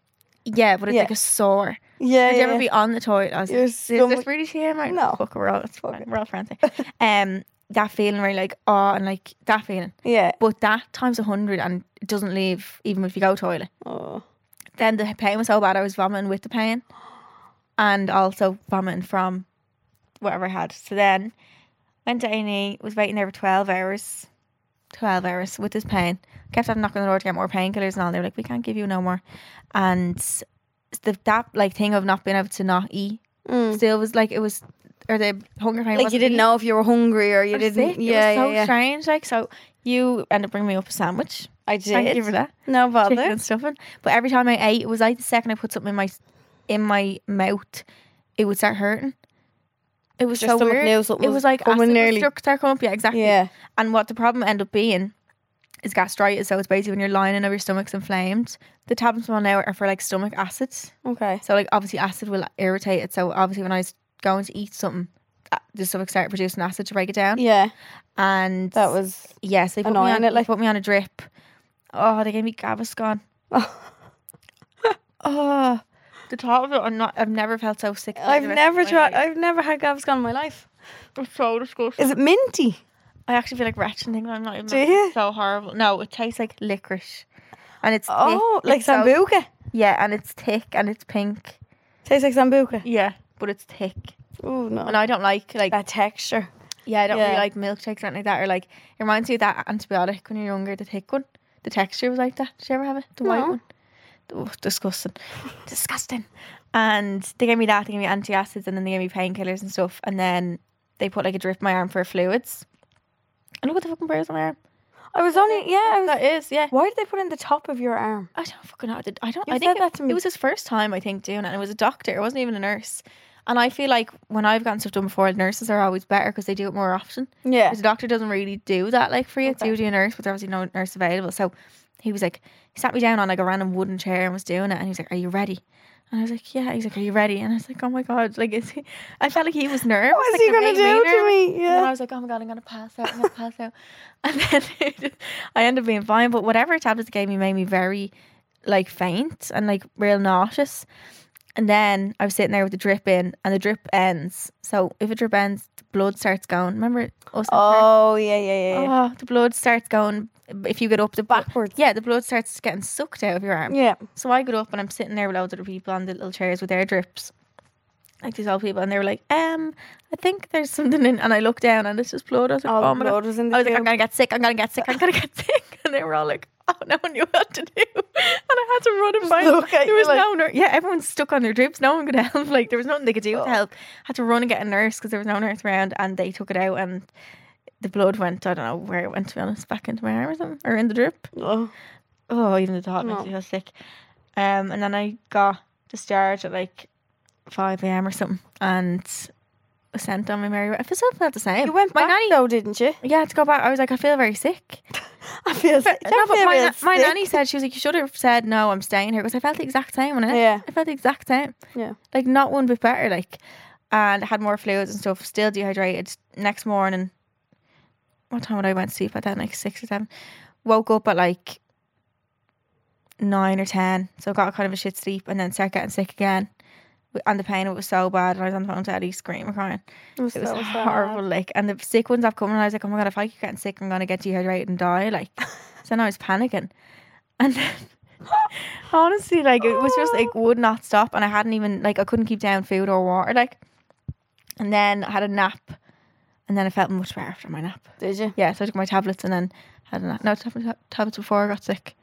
Speaker 3: Yeah, but it's
Speaker 2: Yeah.
Speaker 3: like a sore.
Speaker 2: Yeah.
Speaker 3: Did you
Speaker 2: yeah.
Speaker 3: ever be on the toilet? I was
Speaker 2: Your
Speaker 3: like, is this
Speaker 2: stomach-
Speaker 3: really TMI?
Speaker 2: No.
Speaker 3: Fuck, we're all, it's fine. We're all frantic. um, that feeling where you're like, oh, and like that feeling.
Speaker 2: yeah.
Speaker 3: But that times a 100 and it doesn't leave even if you go toilet.
Speaker 2: Oh.
Speaker 3: Then the pain was so bad I was vomiting with the pain and also vomiting from whatever I had. So then went to A&E, was waiting there for 12 hours. 12 hours with this pain. Kept on knocking on the door to get more painkillers and all. They were like, we can't give you no more. And s- the, that like thing of not being able to not eat
Speaker 2: Mm.
Speaker 3: still was like, it was, or the hunger pain
Speaker 2: Like you
Speaker 3: wasn't
Speaker 2: didn't
Speaker 3: eating
Speaker 2: know if you were hungry or you
Speaker 3: or
Speaker 2: didn't.
Speaker 3: sick.
Speaker 2: Yeah,
Speaker 3: it was so
Speaker 2: yeah, yeah.
Speaker 3: strange. Like so, you end up bringing me up a sandwich.
Speaker 2: I did.
Speaker 3: Thank you for that.
Speaker 2: No bother.
Speaker 3: Chicken and stuffing. But every time I ate, it was like the second I put something in my in my mouth, it would start hurting. It was
Speaker 2: Your
Speaker 3: so
Speaker 2: stomach
Speaker 3: weird.
Speaker 2: knew something
Speaker 3: it
Speaker 2: was
Speaker 3: was like
Speaker 2: coming
Speaker 3: acid was
Speaker 2: nearly.
Speaker 3: stuck- start coming up. Yeah, exactly.
Speaker 2: Yeah.
Speaker 3: And what the problem ended up being is gastritis. So it's basically when your lining of your stomach's inflamed. The tablets I'm on now are for like stomach acids.
Speaker 2: Okay.
Speaker 3: So like obviously acid will irritate it. So obviously when I was going to eat something, uh, the stomach started producing acid to break it down.
Speaker 2: Yeah.
Speaker 3: And
Speaker 2: That was.
Speaker 3: Yes, they put me
Speaker 2: Annoying,
Speaker 3: on
Speaker 2: it,
Speaker 3: it.
Speaker 2: like-
Speaker 3: Like put me on a drip. Oh, they gave me Gaviscon. oh, the thought of it, I'm not. I've never felt so sick. for
Speaker 2: I've
Speaker 3: the rest
Speaker 2: never
Speaker 3: of my
Speaker 2: tried.
Speaker 3: life.
Speaker 2: I've never had Gaviscon in my life.
Speaker 3: I'm so disgusting.
Speaker 2: Is it minty?
Speaker 3: I actually feel like retching things. I'm not even.
Speaker 2: Do you?
Speaker 3: It's so horrible. No, it tastes like licorice, and it's thick,
Speaker 2: Oh, like
Speaker 3: it's so-
Speaker 2: sambuca.
Speaker 3: Yeah, and it's thick and it's pink.
Speaker 2: Tastes like Sambuca.
Speaker 3: Yeah, but it's thick.
Speaker 2: Oh no.
Speaker 3: And I don't like like
Speaker 2: that texture.
Speaker 3: yeah, I don't really
Speaker 2: yeah.
Speaker 3: like milkshakes or anything like that. Or like it reminds me of that antibiotic when you're younger, the thick one. The texture was like that. Did you ever have it? The white
Speaker 2: No.
Speaker 3: one. Oh, disgusting. disgusting. And they gave me that, they gave me antacids and then they gave me painkillers and stuff. And then they put like a drip in my arm for fluids. And look at the fucking bruise on my arm.
Speaker 2: I was only yeah. I was,
Speaker 3: That is, yeah.
Speaker 2: why did they put in the top of your arm?
Speaker 3: I don't fucking know. I did- I don't.
Speaker 2: You
Speaker 3: I think
Speaker 2: said that
Speaker 3: it,
Speaker 2: to me.
Speaker 3: it was his first time, I think, doing it, and it was a doctor. It wasn't even a nurse. And I feel like when I've gotten stuff done before, nurses are always better because they do it more often.
Speaker 2: Yeah.
Speaker 3: Because a doctor doesn't really do that like for you. It's
Speaker 2: Okay.
Speaker 3: usually a nurse, but there's obviously no nurse available. So he was like, he sat me down on like a random wooden chair and was doing it, and he was like, "Are you ready?" And I was like, "Yeah." He's like, "Are you ready?" And I was like, "Oh my god!" Like, is he? I felt like he was nervous.
Speaker 2: What's
Speaker 3: like,
Speaker 2: he
Speaker 3: it
Speaker 2: gonna
Speaker 3: made
Speaker 2: do to
Speaker 3: nervous.
Speaker 2: me?
Speaker 3: And then I
Speaker 2: Yeah.
Speaker 3: was like, oh my god, I'm gonna pass out, I'm gonna pass out. And then I ended up being fine. But whatever tablets they gave me made me very like faint and like real nauseous. And then I was sitting there with the drip in, and the drip ends. So if a drip ends, the blood starts going. Remember us? in prayer?
Speaker 2: Oh yeah yeah yeah. yeah.
Speaker 3: Oh, the blood starts going. If you get up the
Speaker 2: Backwards.
Speaker 3: yeah, the blood starts getting sucked out of your arm.
Speaker 2: Yeah.
Speaker 3: So I got up and I'm sitting there with loads of other people on the little chairs with their drips. Like these old people, and they were like, um, I think there's something in. And I looked down and it's just blood. I was like,
Speaker 2: All
Speaker 3: oh
Speaker 2: the
Speaker 3: my
Speaker 2: blood
Speaker 3: God.
Speaker 2: was in the
Speaker 3: I was like, I'm
Speaker 2: tube.
Speaker 3: going to get sick. I'm going to get sick. I'm going to get sick. And they were all like, oh, no one knew what to do. And I had to run and find.
Speaker 2: look at
Speaker 3: there
Speaker 2: you
Speaker 3: was
Speaker 2: like-
Speaker 3: no nurse. Yeah, everyone's stuck on their drips. No one could help. Like, there was nothing they could
Speaker 2: Oh.
Speaker 3: do to help. had to run and get a nurse because there was no nurse around and they took it out and the blood went, I don't know where it went, to be honest, back into my arm or something, or in the drip.
Speaker 2: Oh.
Speaker 3: Oh, even the thought makes
Speaker 2: No.
Speaker 3: me feel sick. Um, and then I got discharged at like five a.m. or something, and was sent on my merry way. I feel still felt the same.
Speaker 2: You went
Speaker 3: my
Speaker 2: back
Speaker 3: nanny.
Speaker 2: though, didn't you?
Speaker 3: Yeah, I had to go back. I was like, I feel very sick.
Speaker 2: I feel sick.
Speaker 3: no, but my,
Speaker 2: I
Speaker 3: na-
Speaker 2: feel
Speaker 3: my
Speaker 2: sick.
Speaker 3: nanny said she was like, you should have said no. I'm staying here because I felt the exact same when I
Speaker 2: Yeah.
Speaker 3: I felt the exact same.
Speaker 2: Yeah.
Speaker 3: like not one bit better. Like, and had more fluids and stuff. Still dehydrated. Next morning, what time would I went to sleep at that? Like six or seven. Woke up at like nine or ten, so got kind of a shit sleep, and then started getting sick again. W- And the pain it was so bad, and I was on the phone to Eddie screaming, crying.
Speaker 2: It was,
Speaker 3: It was
Speaker 2: so sad.
Speaker 3: horrible. Like, and the sick ones I've come, and I was like, oh my god, if I keep getting sick, I'm gonna get dehydrated and die. Like, so then I was panicking, and then honestly, like it was just like would not stop, and I hadn't even like I couldn't keep down food or water. Like, and then I had a nap, and then I felt much better after my nap.
Speaker 2: Did you?
Speaker 3: Yeah, so I took my tablets and then had a nap. No, I took my ta- tablets before I got sick.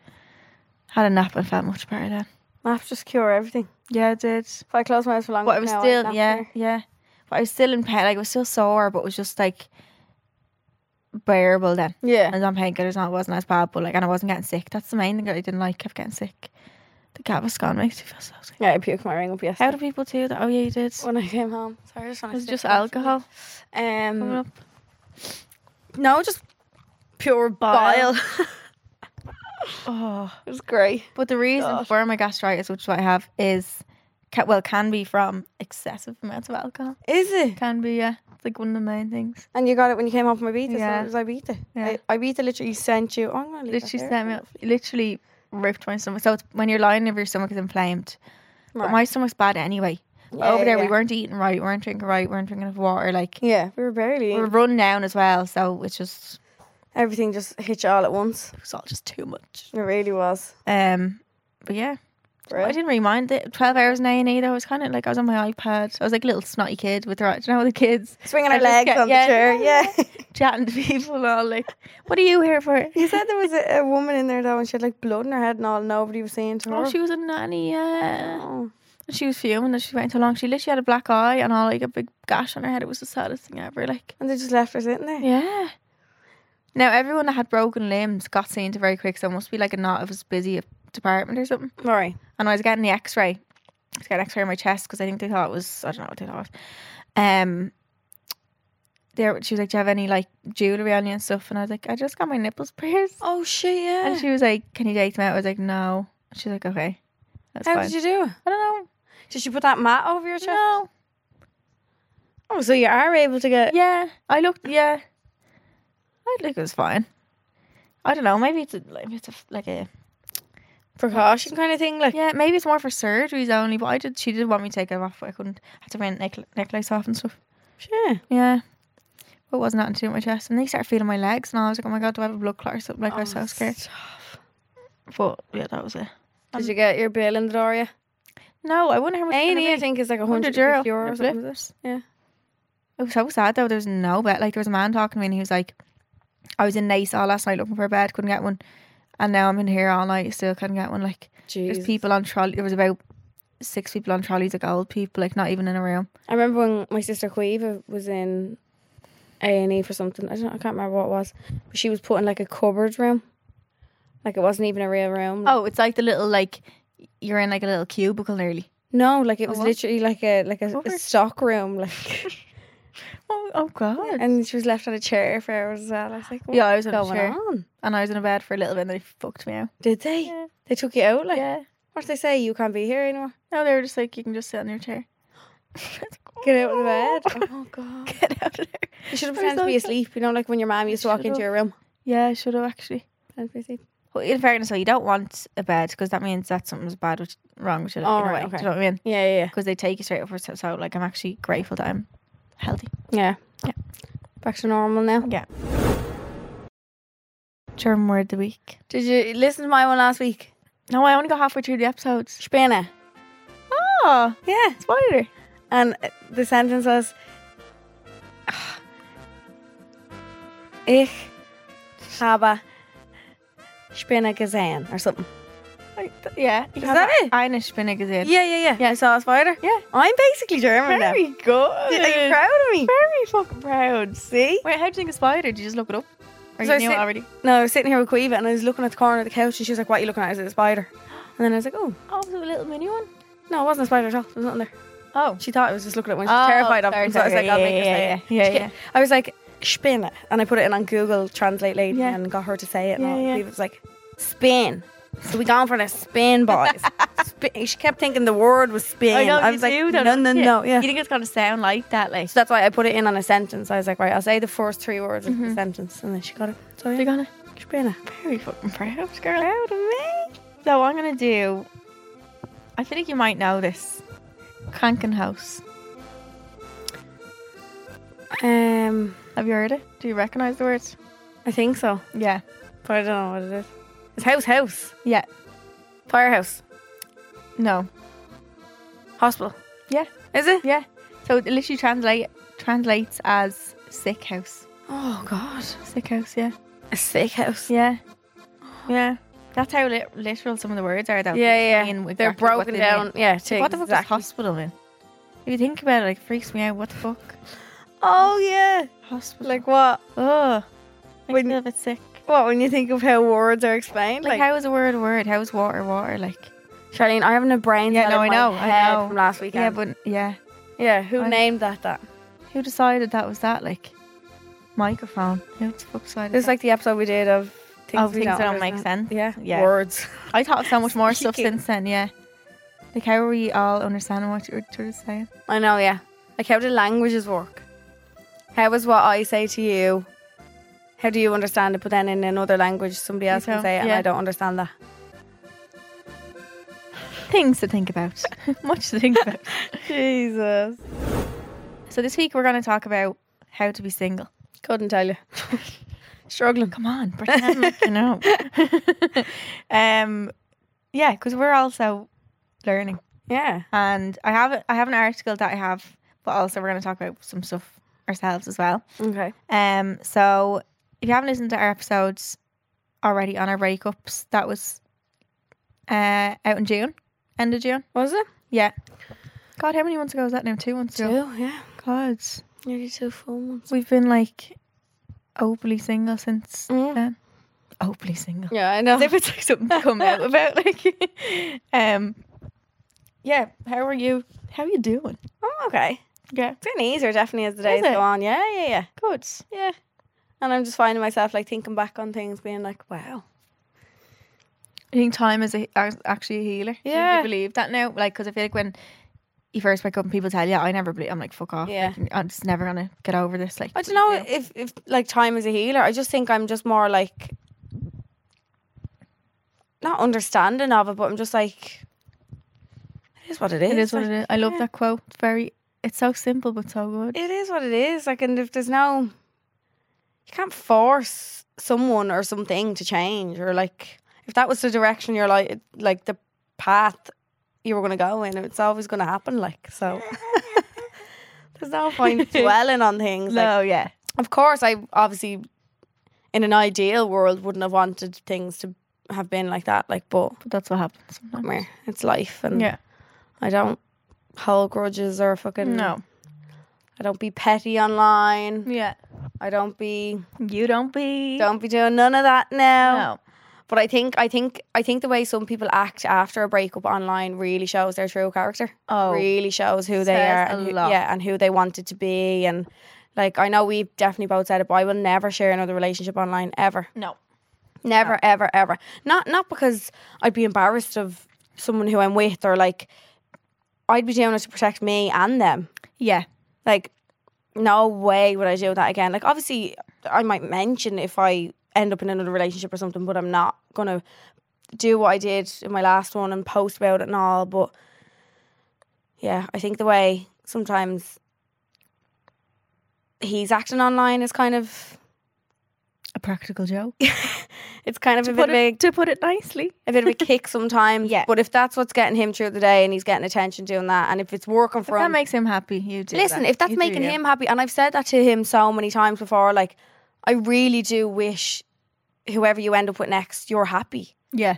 Speaker 3: Had a nap and felt much better then.
Speaker 2: Naps just cure everything.
Speaker 3: Yeah, I did.
Speaker 2: If I close my eyes for long
Speaker 3: But I
Speaker 2: enough
Speaker 3: was
Speaker 2: now, I'd
Speaker 3: still,
Speaker 2: nap
Speaker 3: yeah,
Speaker 2: there.
Speaker 3: yeah. But I was still in pain. Like, I was still sore, but it was just like bearable then.
Speaker 2: Yeah.
Speaker 3: I was on painkillers and it wasn't as bad, but like, and I wasn't getting sick. That's the main thing that I didn't like of getting sick. The Gaviscon makes you feel so sick.
Speaker 2: Yeah, I puked my ring up
Speaker 3: How
Speaker 2: yesterday
Speaker 3: do people do that? Oh, yeah, you did.
Speaker 2: when I came home. Sorry, I just wanted
Speaker 3: It was
Speaker 2: to
Speaker 3: just
Speaker 2: take a cough.
Speaker 3: alcohol.
Speaker 2: Um,
Speaker 3: up.
Speaker 2: No, just pure bile.
Speaker 3: Oh.
Speaker 2: it was great.
Speaker 3: But the reason
Speaker 2: God.
Speaker 3: for my gastritis, which is what I have, is ca- well can be from excessive amounts of alcohol.
Speaker 2: Is it?
Speaker 3: Can be, yeah. It's like one of the main things.
Speaker 2: And you got it when you came home from Ibiza,
Speaker 3: Yeah.
Speaker 2: so it was Ibiza.
Speaker 3: Yeah.
Speaker 2: I, Ibiza literally sent you. Oh, I'm gonna leave that
Speaker 3: Literally
Speaker 2: there.
Speaker 3: sent me, it literally ripped my stomach. So it's when your lining of your stomach is inflamed. But
Speaker 2: Right.
Speaker 3: my stomach's bad anyway. But
Speaker 2: Yeah,
Speaker 3: over there, we
Speaker 2: yeah.
Speaker 3: weren't eating right, we weren't drinking right, we weren't drinking enough water. Like
Speaker 2: Yeah, we were barely.
Speaker 3: we were run down as well, so it's just
Speaker 2: Everything just hit you all at once.
Speaker 3: it was all just too much.
Speaker 2: It really was.
Speaker 3: Um, but yeah. I
Speaker 2: Right.
Speaker 3: didn't really mind it. Twelve hours in A and E. though, I was kind of like I was on my iPad. I was like a little snotty kid with the right, you know, the kids
Speaker 2: Swinging
Speaker 3: I
Speaker 2: our
Speaker 3: just
Speaker 2: legs
Speaker 3: get-
Speaker 2: on
Speaker 3: yeah,
Speaker 2: the chair. Yeah.
Speaker 3: chatting to people and all like, what are you here for?
Speaker 2: you said there was a, a woman in there though, and she had like blood in her head and all. and Nobody was saying to her.
Speaker 3: Oh, she was a nanny, yeah.
Speaker 2: Oh.
Speaker 3: And she was fuming that she waiting so long. She literally had a black eye and all like a big gash on her head. It was the saddest thing ever. Like,
Speaker 2: And they just left her sitting there.
Speaker 3: yeah. Now everyone that had broken limbs got seen to very quick, so it must be like a knot of his busy department or something.
Speaker 2: All right.
Speaker 3: and I was getting the X-ray. I was getting X-ray on my chest because I think they thought it was I don't know what they thought. Um, there she was like, "Do you have any like jewelry on you and stuff?" And I was like, "I just got my nipples pierced."
Speaker 2: Oh shit! Yeah.
Speaker 3: And she was like, "Can you take them out?" I was like, "No." She's like, "Okay, that's
Speaker 2: How
Speaker 3: fine."
Speaker 2: did you do it?
Speaker 3: I don't know.
Speaker 2: Did she put that mat over your chest?
Speaker 3: No.
Speaker 2: Oh, so you are able to get.
Speaker 3: Yeah, I looked. Yeah, I think it was fine. I don't know. Maybe it's a, maybe it's a, like a
Speaker 2: precaution kind of thing. Like,
Speaker 3: yeah. Maybe it's more for surgeries only. But I did. She did want me to take it off, but I couldn't. I had to wear neck, necklace off and stuff.
Speaker 2: sure.
Speaker 3: Yeah. But it wasn't that to do with my chest. And they started feeling "Oh my
Speaker 2: Oh,
Speaker 3: legs and I was like, Oh my god, do I have a blood clot or something? Like I was so scared. But yeah, that was it.
Speaker 2: Did you get your bill in the door yet?
Speaker 3: No, I wonder how much. it's gonna
Speaker 2: A&E, I
Speaker 3: be.
Speaker 2: think, is like
Speaker 3: 100
Speaker 2: 100
Speaker 3: euro.
Speaker 2: euro. or
Speaker 3: Lovely.
Speaker 2: something. is it? Yeah.
Speaker 3: It was so sad though. There was no bed. Like there was a man talking to me, and he was like, "I was in Nice all last night looking for a bed, couldn't get one, and now I'm in here all night, still couldn't get one." Like
Speaker 2: Jeez.
Speaker 3: there's people on trolley. There was about six people on trolleys, like old people, like not even in a room.
Speaker 2: I remember when my sister Cueva was in A and E for something. I don't. I can't remember what it was, but she was put in like a cupboard room. Like it wasn't even a real room.
Speaker 3: Oh, it's like the little like you're in like a little cubicle nearly.
Speaker 2: no! Like it was
Speaker 3: what?
Speaker 2: literally like a like a,
Speaker 3: Cupboard?
Speaker 2: a stock room. Like,
Speaker 3: Oh, oh god.
Speaker 2: and she was left on a chair for hours as well. I was like, what's
Speaker 3: yeah, I was in a
Speaker 2: going
Speaker 3: chair,
Speaker 2: on?
Speaker 3: and I was in a bed for a little bit, and they fucked me out.
Speaker 2: Did they?
Speaker 3: Yeah.
Speaker 2: They took you out. Like,
Speaker 3: Yeah.
Speaker 2: what did they say? You can't be here anymore.
Speaker 3: No, they were just like, you can just sit on your chair.
Speaker 2: Get out of the bed. Oh god!
Speaker 3: Get out of there.
Speaker 2: You should have
Speaker 3: I was
Speaker 2: pretended to be
Speaker 3: like-
Speaker 2: asleep. You know, like when your mom used to walk
Speaker 3: should
Speaker 2: into your room.
Speaker 3: Yeah, I should have actually.
Speaker 2: Pretend to be asleep.
Speaker 3: Well, in fairness, though, you don't want a bed because that means that something's bad with, wrong with you. Like,
Speaker 2: Oh,
Speaker 3: in a
Speaker 2: right,
Speaker 3: way. Do
Speaker 2: okay.
Speaker 3: you know what I mean?
Speaker 2: Yeah, yeah, yeah.
Speaker 3: Because they take you straight up for so, so like I'm actually grateful that I'm healthy.
Speaker 2: Yeah.
Speaker 3: Yeah.
Speaker 2: Back to normal now.
Speaker 3: Yeah. German word of the week.
Speaker 2: Did you listen to my one last week?
Speaker 3: No, I only got halfway through the episodes.
Speaker 2: Spinner.
Speaker 3: Oh,
Speaker 2: Yeah.
Speaker 3: spoiler.
Speaker 2: And uh, the sentence was "Ah, Ich habe Spinner gesehen or something.
Speaker 3: Like, th- yeah. Is
Speaker 2: that it?
Speaker 3: Eine Spinne gesehen.
Speaker 2: Yeah, yeah, yeah. Yeah, I saw a spider.
Speaker 3: Yeah.
Speaker 2: I'm basically German now.
Speaker 3: Very good.
Speaker 2: Are you proud of me?
Speaker 3: Very fucking proud.
Speaker 2: See?
Speaker 3: Wait, how do you think a spider? Did you just look it up? Or
Speaker 2: So I
Speaker 3: you knew it
Speaker 2: said-
Speaker 3: already?
Speaker 2: No, I was sitting here with Cueva and I was looking at the corner of the couch and she was like, What are you looking at? Is it a spider? And then I was like, Oh,
Speaker 3: Oh, was it a little mini one?
Speaker 2: no, it wasn't a spider at all. There was nothing there.
Speaker 3: Oh.
Speaker 2: She thought I was just looking at it when she
Speaker 3: Oh,
Speaker 2: was terrified of
Speaker 3: sorry,
Speaker 2: it. So I was
Speaker 3: sorry.
Speaker 2: like, I'll make her
Speaker 3: Yeah,
Speaker 2: say
Speaker 3: yeah,
Speaker 2: it.
Speaker 3: yeah,
Speaker 2: She-
Speaker 3: yeah.
Speaker 2: I was like, spin. And I put it in on Google Translate later
Speaker 3: Yeah.
Speaker 2: and got her to say it.
Speaker 3: Yeah,
Speaker 2: and
Speaker 3: yeah.
Speaker 2: yeah. it was like, spin. So we gone for the spin, boys. spin. She kept thinking the word was spin.
Speaker 3: I, know, you
Speaker 2: was
Speaker 3: do,
Speaker 2: like,
Speaker 3: Oh, don't
Speaker 2: no,
Speaker 3: you?
Speaker 2: no, no. Yeah.
Speaker 3: You think it's going to sound like that, like?
Speaker 2: So that's why I put it in on a sentence. I was like, right, I'll say the first three words
Speaker 3: Mm-hmm.
Speaker 2: of the sentence. And then she got it. So
Speaker 3: You're
Speaker 2: yeah,
Speaker 3: gonna
Speaker 2: spin.
Speaker 3: very fucking proud, girl. Proud of me. So I'm gonna do. I feel like you might know this. Krankenhaus.
Speaker 2: Um,
Speaker 3: Have you heard it? Do you recognize the words?
Speaker 2: I think so.
Speaker 3: Yeah.
Speaker 2: But I don't know what it is. It's house, house.
Speaker 3: Yeah.
Speaker 2: Firehouse.
Speaker 3: No.
Speaker 2: Hospital.
Speaker 3: Yeah.
Speaker 2: Is it?
Speaker 3: Yeah. So it literally translate translates as sick house.
Speaker 2: Oh, God.
Speaker 3: Sick house. Yeah.
Speaker 2: A sick house.
Speaker 3: Yeah. Yeah. That's how lit- literal some of the words are, though. They
Speaker 2: Yeah, yeah.
Speaker 3: mean
Speaker 2: They're
Speaker 3: exactly what
Speaker 2: broken
Speaker 3: they
Speaker 2: down.
Speaker 3: mean.
Speaker 2: Yeah, to
Speaker 3: What the fuck does
Speaker 2: exact-
Speaker 3: hospital mean? If you think about it, like, it freaks me out. What the fuck?
Speaker 2: Oh yeah.
Speaker 3: Hospital.
Speaker 2: Like what?
Speaker 3: Oh, makes
Speaker 2: When-
Speaker 3: me a bit sick.
Speaker 2: What when you think of how words are explained?
Speaker 3: Like,
Speaker 2: Like,
Speaker 3: how is a word a word? How is water water? Like,
Speaker 2: Charlene, I'm having a brain
Speaker 3: Yeah,
Speaker 2: cell
Speaker 3: no,
Speaker 2: in
Speaker 3: I know,
Speaker 2: my
Speaker 3: I
Speaker 2: head
Speaker 3: know.
Speaker 2: from last weekend.
Speaker 3: yeah, but yeah.
Speaker 2: yeah, who
Speaker 3: I-
Speaker 2: named that? That
Speaker 3: Who decided that was that? Like, microphone. Who the fuck decided?
Speaker 2: this is
Speaker 3: that?
Speaker 2: like the episode we did of things,
Speaker 3: oh,
Speaker 2: we
Speaker 3: things that don't make
Speaker 2: understand.
Speaker 3: sense.
Speaker 2: Yeah,
Speaker 3: Yeah.
Speaker 2: words.
Speaker 3: I thought of so much more stuff
Speaker 2: Speaking.
Speaker 3: since then. Yeah. Like, how are we all understanding what you're sort of saying?
Speaker 2: I know. Yeah, like how do languages work? How is what I say to you? How do you understand it? But then in another language, somebody else
Speaker 3: too,
Speaker 2: can say it, and
Speaker 3: yeah.
Speaker 2: I don't understand that.
Speaker 3: Things to think about. much to think about.
Speaker 2: Jesus,
Speaker 3: so this week we're going to talk about how to be single.
Speaker 2: couldn't tell you. Struggling.
Speaker 3: Come on, pretend like you know. um, yeah, because we're also learning.
Speaker 2: Yeah.
Speaker 3: and I have I have an article that I have, but also we're going to talk about some stuff ourselves as well.
Speaker 2: Okay.
Speaker 3: Um, so if you haven't listened to our episodes already on our breakups, that was uh out in June, end of June.
Speaker 2: Was it?
Speaker 3: Yeah. God, how many months ago was that now? Two months ago.
Speaker 2: yeah.
Speaker 3: God,
Speaker 2: Nearly two full months.
Speaker 3: we've been like openly single since
Speaker 2: Mm.
Speaker 3: then. Openly single.
Speaker 2: Yeah, I know.
Speaker 3: As if it's like something to come out about. Like, um, yeah. How are you? How are you doing?
Speaker 2: Oh, okay.
Speaker 3: Yeah.
Speaker 2: It's getting easier definitely as the days
Speaker 3: it?
Speaker 2: go on. Yeah, yeah, yeah.
Speaker 3: Good.
Speaker 2: Yeah. And I'm just finding myself like thinking back on things, being like, wow.
Speaker 3: I think time is a, ac- actually a healer. Do you- do
Speaker 2: Yeah.
Speaker 3: you believe that now? Like, because I feel like when you first wake up and people tell you, I never believe, I'm like, fuck off.
Speaker 2: Yeah.
Speaker 3: Like, I'm just never going to get over this. Like,
Speaker 2: I don't know if, if like time is a healer. I just think I'm just more like not understanding of it, but I'm just like it is what it is.
Speaker 3: it is what
Speaker 2: like,
Speaker 3: it is. I love
Speaker 2: yeah.
Speaker 3: that quote. It's very, it's so simple, but so good.
Speaker 2: It is what it is. Like, and if there's no, you can't force someone or something to change, or like if that was the direction your life, like the path you were going to go in. It's always going to happen, like, so. There's no point dwelling on things. Like,
Speaker 3: no, yeah.
Speaker 2: of course, I obviously, in an ideal world, wouldn't have wanted things to have been like that, like, but
Speaker 3: But that's what happens. sometimes.
Speaker 2: come here, it's life. And
Speaker 3: Yeah.
Speaker 2: I don't hold grudges or fucking.
Speaker 3: No.
Speaker 2: I don't be petty online.
Speaker 3: Yeah.
Speaker 2: I don't be.
Speaker 3: You don't be.
Speaker 2: Don't be doing none of that now.
Speaker 3: No.
Speaker 2: But I think I think I think the way some people act after a breakup online really shows their true character.
Speaker 3: Oh.
Speaker 2: really shows who they
Speaker 3: Says
Speaker 2: are,
Speaker 3: a
Speaker 2: and who,
Speaker 3: lot.
Speaker 2: yeah, and who they wanted to be, and like I know we've definitely both said it, but I will never share another relationship online ever,
Speaker 3: No.
Speaker 2: never, ever, ever. Not not because I'd be embarrassed of someone who I'm with, or like I'd be doing it to protect me and them.
Speaker 3: Yeah.
Speaker 2: Like, no way would I do that again. Like, obviously, I might mention if I end up in another relationship or something, but I'm not gonna do what I did in my last one and post about it and all. But yeah, I think the way sometimes he's acting online is kind of
Speaker 3: A practical joke.
Speaker 2: it's kind of a bit of a,
Speaker 3: to put it nicely.
Speaker 2: a bit of a kick sometimes.
Speaker 3: Yeah.
Speaker 2: But if that's what's getting him through the day and he's getting attention doing that, and if it's working for
Speaker 3: If that
Speaker 2: him,
Speaker 3: makes him happy, you do.
Speaker 2: Listen,
Speaker 3: that.
Speaker 2: if that's
Speaker 3: You do
Speaker 2: making
Speaker 3: you.
Speaker 2: him happy, and I've said that to him so many times before, like, I really do wish whoever you end up with next, you're happy.
Speaker 3: Yeah.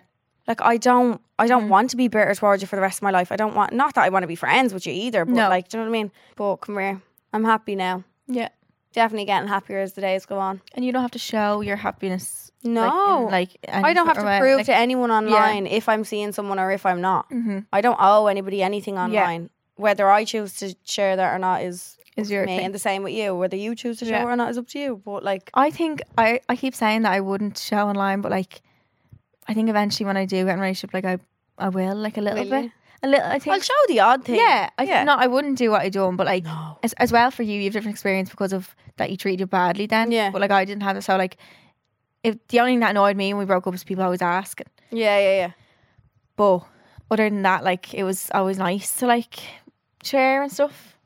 Speaker 2: Like, I don't, I don't
Speaker 3: Mm.
Speaker 2: want to be bitter towards you for the rest of my life. I don't want, not that I want to be friends with you either, but
Speaker 3: No.
Speaker 2: like, do you know what I mean? But come here, I'm happy now.
Speaker 3: Yeah.
Speaker 2: Definitely getting happier as the days go on.
Speaker 3: And you don't have to show your happiness.
Speaker 2: No.
Speaker 3: Like, in, like
Speaker 2: I don't have to prove to anyone online if I'm seeing someone or if I'm not.
Speaker 3: hmm
Speaker 2: I don't owe anybody anything online. Whether I choose to share that or not is
Speaker 3: Is
Speaker 2: up to
Speaker 3: your
Speaker 2: me,
Speaker 3: thing.
Speaker 2: and the same with you. Whether you choose to share
Speaker 3: Yeah.
Speaker 2: it or not is up to you. But like,
Speaker 3: I think I, I keep saying that I wouldn't show online, but like, I think eventually when I do get in a relationship, like I I will like a little
Speaker 2: Will you?
Speaker 3: bit, a little. I think
Speaker 2: I'll show the odd thing.
Speaker 3: Yeah, I
Speaker 2: Yeah.
Speaker 3: yeah. no, I wouldn't do what I done, but like as, as well for you, you have different experience because of that you treated you badly then.
Speaker 2: Yeah.
Speaker 3: but like I didn't have it, so like if the only thing that annoyed me when we broke up was people always asking.
Speaker 2: yeah, yeah, yeah.
Speaker 3: But other than that, like it was always nice to like share and stuff.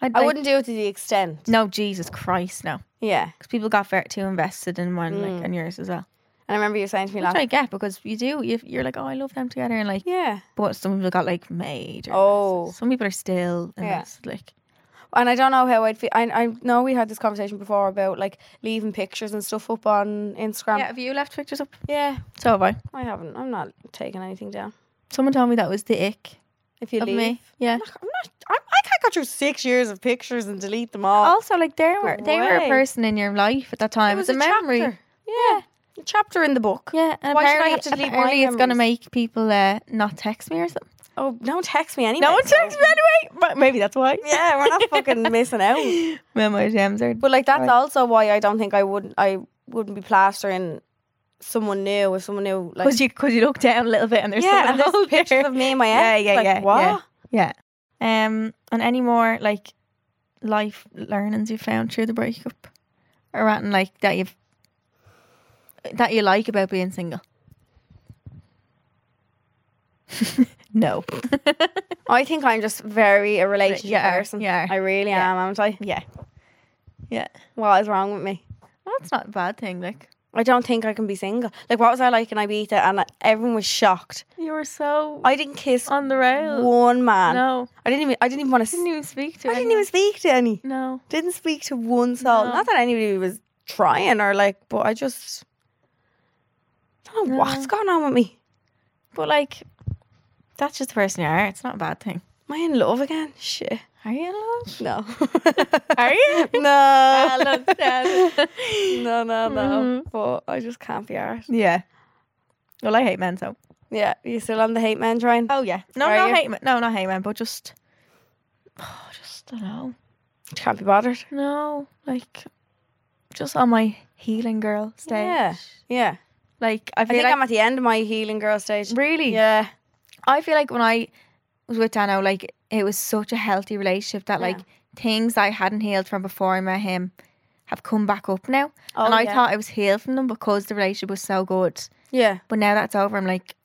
Speaker 3: I'd,
Speaker 2: I
Speaker 3: like-
Speaker 2: wouldn't do it to the extent.
Speaker 3: No, Jesus Christ, no,
Speaker 2: Yeah,
Speaker 3: because people got very too invested in mine
Speaker 2: Mm.
Speaker 3: like and yours as well,
Speaker 2: and I remember you saying to me
Speaker 3: which
Speaker 2: last.
Speaker 3: I get because you do. You, you're like, oh, I love them together, and like,
Speaker 2: yeah,
Speaker 3: but some people got like major.
Speaker 2: Oh.
Speaker 3: invested. some people are still
Speaker 2: Yeah.
Speaker 3: invested, like
Speaker 2: and I don't know how I'd feel. I, I know we had this conversation before about like leaving pictures and stuff up on Instagram.
Speaker 3: yeah. Have you left pictures up?
Speaker 2: yeah
Speaker 3: So have I.
Speaker 2: I haven't. I'm not taking anything down.
Speaker 3: Someone told me that was the ick
Speaker 2: If you
Speaker 3: of
Speaker 2: leave,
Speaker 3: me. Yeah.
Speaker 2: Look, I'm not. I'm, I can't go through six years of pictures and delete them all.
Speaker 3: Also, like they were
Speaker 2: But
Speaker 3: they were
Speaker 2: why?
Speaker 3: a person in your life at that time.
Speaker 2: It
Speaker 3: It's
Speaker 2: was
Speaker 3: a,
Speaker 2: a
Speaker 3: memory.
Speaker 2: chapter. Yeah. A chapter in the book.
Speaker 3: Yeah, and
Speaker 2: Why should I
Speaker 3: apparently,
Speaker 2: have to delete my
Speaker 3: apparently it's gonna
Speaker 2: memories?
Speaker 3: make people uh, not text me or something.
Speaker 2: Oh, no one texts me anyway. so-
Speaker 3: texts me anyway. But maybe that's why.
Speaker 2: Yeah, we're not fucking missing out.
Speaker 3: Well, my DMs are.
Speaker 2: But like that's
Speaker 3: Right.
Speaker 2: also why I don't think I would I wouldn't be plastering someone new if someone new like
Speaker 3: because you because you look down a little bit and there's
Speaker 2: yeah, and
Speaker 3: someone
Speaker 2: there's
Speaker 3: else there.
Speaker 2: pictures of me and my
Speaker 3: Yeah,
Speaker 2: ex.
Speaker 3: yeah,
Speaker 2: like,
Speaker 3: yeah,
Speaker 2: What?
Speaker 3: yeah. Yeah. Um. And any more like life learnings you found through the breakup, or anything like that you've that you like about being single? no.
Speaker 2: I think I'm just very a relationship
Speaker 3: you are,
Speaker 2: person.
Speaker 3: you are.
Speaker 2: I really
Speaker 3: Yeah.
Speaker 2: am, aren't I?
Speaker 3: yeah. Yeah.
Speaker 2: What is wrong with me?
Speaker 3: Well, that's not a bad thing. Like
Speaker 2: I don't think I can be single. Like what was I like in Ibiza and uh, everyone was shocked.
Speaker 3: you were so
Speaker 2: I didn't kiss
Speaker 3: on the rail.
Speaker 2: one man.
Speaker 3: No,
Speaker 2: I didn't even I Oh. didn't even want to
Speaker 3: didn't even speak to.
Speaker 2: I didn't even speak to any.
Speaker 3: No.
Speaker 2: Didn't speak to one soul.
Speaker 3: No.
Speaker 2: Not that anybody was trying or like, but I just don't know
Speaker 3: No.
Speaker 2: what's going on with me.
Speaker 3: But like, that's just the person you are. It's not a bad thing.
Speaker 2: Am I in love again? Shit.
Speaker 3: Are you in love?
Speaker 2: No.
Speaker 3: Are you?
Speaker 2: no.
Speaker 3: that. Mm-hmm.
Speaker 2: No, no, no. But I just can't be arsed.
Speaker 3: yeah. Well, I hate men, so.
Speaker 2: Yeah, you still on the hate man train?
Speaker 3: Oh yeah. No,
Speaker 2: Are
Speaker 3: no
Speaker 2: you?
Speaker 3: hate men. No, not hate men, but just. Oh, just don't know.
Speaker 2: Can't be bothered.
Speaker 3: No, like, just on my healing girl stage.
Speaker 2: Yeah. Yeah.
Speaker 3: Like I
Speaker 2: I
Speaker 3: feel
Speaker 2: think
Speaker 3: like
Speaker 2: I'm at the end of my healing girl stage.
Speaker 3: really.
Speaker 2: Yeah.
Speaker 3: I feel like when I was with Dano, like it was such a healthy relationship that
Speaker 2: Yeah.
Speaker 3: like things I hadn't healed from before I met him have come back up now.
Speaker 2: Oh,
Speaker 3: and I
Speaker 2: yeah.
Speaker 3: thought I was healed from them because the relationship was so good.
Speaker 2: Yeah.
Speaker 3: But now that's over, I'm like,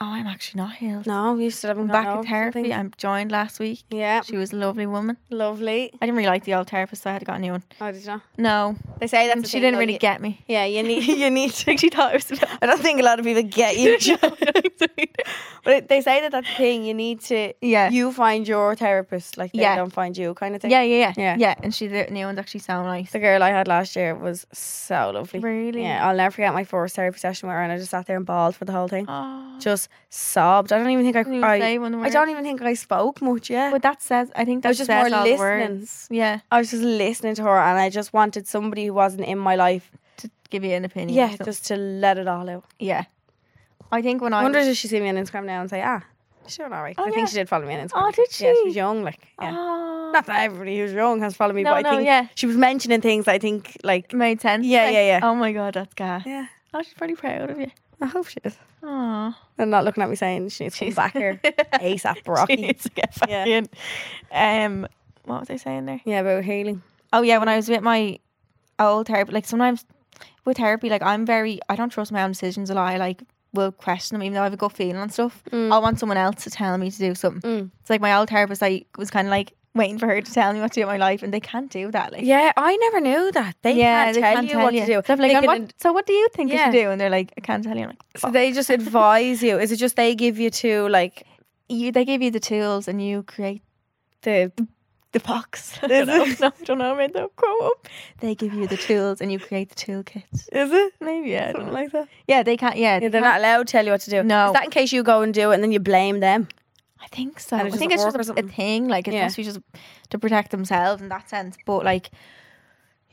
Speaker 3: Oh, I'm actually not healed.
Speaker 2: No, you still haven't
Speaker 3: I'm
Speaker 2: gone
Speaker 3: back in
Speaker 2: over
Speaker 3: therapy.
Speaker 2: something.
Speaker 3: I'm joined last week.
Speaker 2: Yeah,
Speaker 3: She was a lovely woman.
Speaker 2: lovely.
Speaker 3: I didn't really like the old therapist, so I had to get a new one.
Speaker 2: Oh, did you not?
Speaker 3: No,
Speaker 2: They say that
Speaker 3: Mm, she didn't really get me.
Speaker 2: Yeah, you need you need to.
Speaker 3: She thought it was.
Speaker 2: I don't think a lot of people get you. Jo.
Speaker 3: yeah,
Speaker 2: but it- they say that that's the thing. You need to.
Speaker 3: Yeah.
Speaker 2: You find your therapist, like they
Speaker 3: Yeah.
Speaker 2: don't find you, kind of thing.
Speaker 3: yeah, yeah,
Speaker 2: Yeah.
Speaker 3: yeah, yeah. And she, the new one's actually so nice.
Speaker 2: The girl I had last year was so lovely.
Speaker 3: Really?
Speaker 2: Yeah, I'll never forget my first therapy session with her, and I just sat there and bawled for the whole thing.
Speaker 3: Oh.
Speaker 2: Just sobbed. I don't even think I.
Speaker 3: Didn't even
Speaker 2: I,
Speaker 3: say one
Speaker 2: I
Speaker 3: word.
Speaker 2: don't even think I spoke much. Yeah.
Speaker 3: But that says, I think that
Speaker 2: I was just more
Speaker 3: says all the
Speaker 2: listening.
Speaker 3: words. Yeah,
Speaker 2: I was just listening to her, and I just wanted somebody who wasn't in my life.
Speaker 3: to give you an opinion.
Speaker 2: Yeah,
Speaker 3: so-
Speaker 2: just to let it all out.
Speaker 3: yeah. I think when
Speaker 2: I
Speaker 3: I
Speaker 2: wonder
Speaker 3: was,
Speaker 2: if she see me on Instagram now and say, ah, she's doing all right. 'Cause
Speaker 3: Oh,
Speaker 2: I
Speaker 3: yeah.
Speaker 2: think she did follow me on Instagram.
Speaker 3: Oh, did
Speaker 2: Yeah, she
Speaker 3: she?
Speaker 2: was young, like. Yeah.
Speaker 3: oh,
Speaker 2: Not that everybody who's young has followed me,
Speaker 3: No,
Speaker 2: but I
Speaker 3: no,
Speaker 2: think
Speaker 3: yeah.
Speaker 2: she was mentioning things I think, like,
Speaker 3: made sense.
Speaker 2: Yeah,
Speaker 3: like,
Speaker 2: yeah, yeah.
Speaker 3: Oh my god, that's gas.
Speaker 2: yeah,
Speaker 3: Oh, she's pretty proud of you.
Speaker 2: I hope she is.
Speaker 3: Oh,
Speaker 2: And not looking at me saying she needs to come back here ASAP,
Speaker 3: she
Speaker 2: Rocky.
Speaker 3: needs to get back
Speaker 2: Yeah.
Speaker 3: in. Um, what was I saying there?
Speaker 2: Yeah, about healing.
Speaker 3: Oh yeah, when I was with my old therapist, like sometimes with therapy, like I'm very, I don't trust my own decisions a lot. I like will question them, even though I have a good feeling and stuff. I want someone else to tell me to do something.
Speaker 2: Mm.
Speaker 3: It's like my old therapist, I was kind of like waiting for her to tell me what to do in my life, and they can't do that. Like,
Speaker 2: Yeah, I never knew that. They can't tell you what to do.
Speaker 3: So, I'm like,
Speaker 2: They can
Speaker 3: "And what-
Speaker 2: ad-
Speaker 3: so what do you think you should
Speaker 2: Yeah.
Speaker 3: do? And they're like, I can't tell you. I'm like,
Speaker 2: so they just advise you. Is it just they give you two, like,
Speaker 3: you, they give you the tools, and you create
Speaker 2: the.
Speaker 3: the box. I don't know. No, I don't know. I made that grow up. They give you the tools, and you create the toolkit.
Speaker 2: Is it?
Speaker 3: Maybe yeah, I don't
Speaker 2: Something
Speaker 3: know.
Speaker 2: like that.
Speaker 3: yeah, they can't. Yeah,
Speaker 2: Yeah,
Speaker 3: they
Speaker 2: they're not
Speaker 3: can't-
Speaker 2: allowed to tell you what to do.
Speaker 3: No.
Speaker 2: Is that in case you go and do it and then you blame them?
Speaker 3: I think so.
Speaker 2: And
Speaker 3: I
Speaker 2: it
Speaker 3: think
Speaker 2: doesn't
Speaker 3: it's
Speaker 2: work
Speaker 3: just
Speaker 2: or
Speaker 3: a, a
Speaker 2: something.
Speaker 3: thing. Like it
Speaker 2: Yeah.
Speaker 3: must be just to protect themselves in that sense. But like,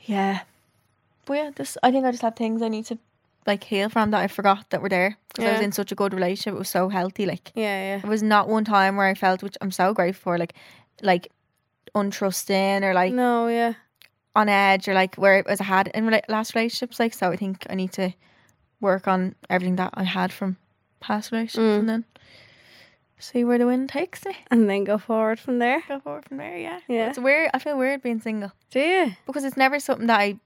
Speaker 3: yeah, but yeah. This I think I just have things I need to like heal from that I forgot that were there because I was
Speaker 2: Yeah.
Speaker 3: in such a good relationship. It was so healthy. Like
Speaker 2: Yeah,
Speaker 3: it was not one time where I felt, which I'm so grateful for, like like untrusting or like
Speaker 2: No, yeah.
Speaker 3: on edge or like where it was I had in rela- last relationships. Like so, I think I need to work on everything that I had from past relationships
Speaker 2: Mm.
Speaker 3: and then see where the wind takes me
Speaker 2: And then go forward from there.
Speaker 3: go forward from there. Yeah,
Speaker 2: Yeah.
Speaker 3: It's weird. I feel weird being single
Speaker 2: Do you?
Speaker 3: because it's never something that I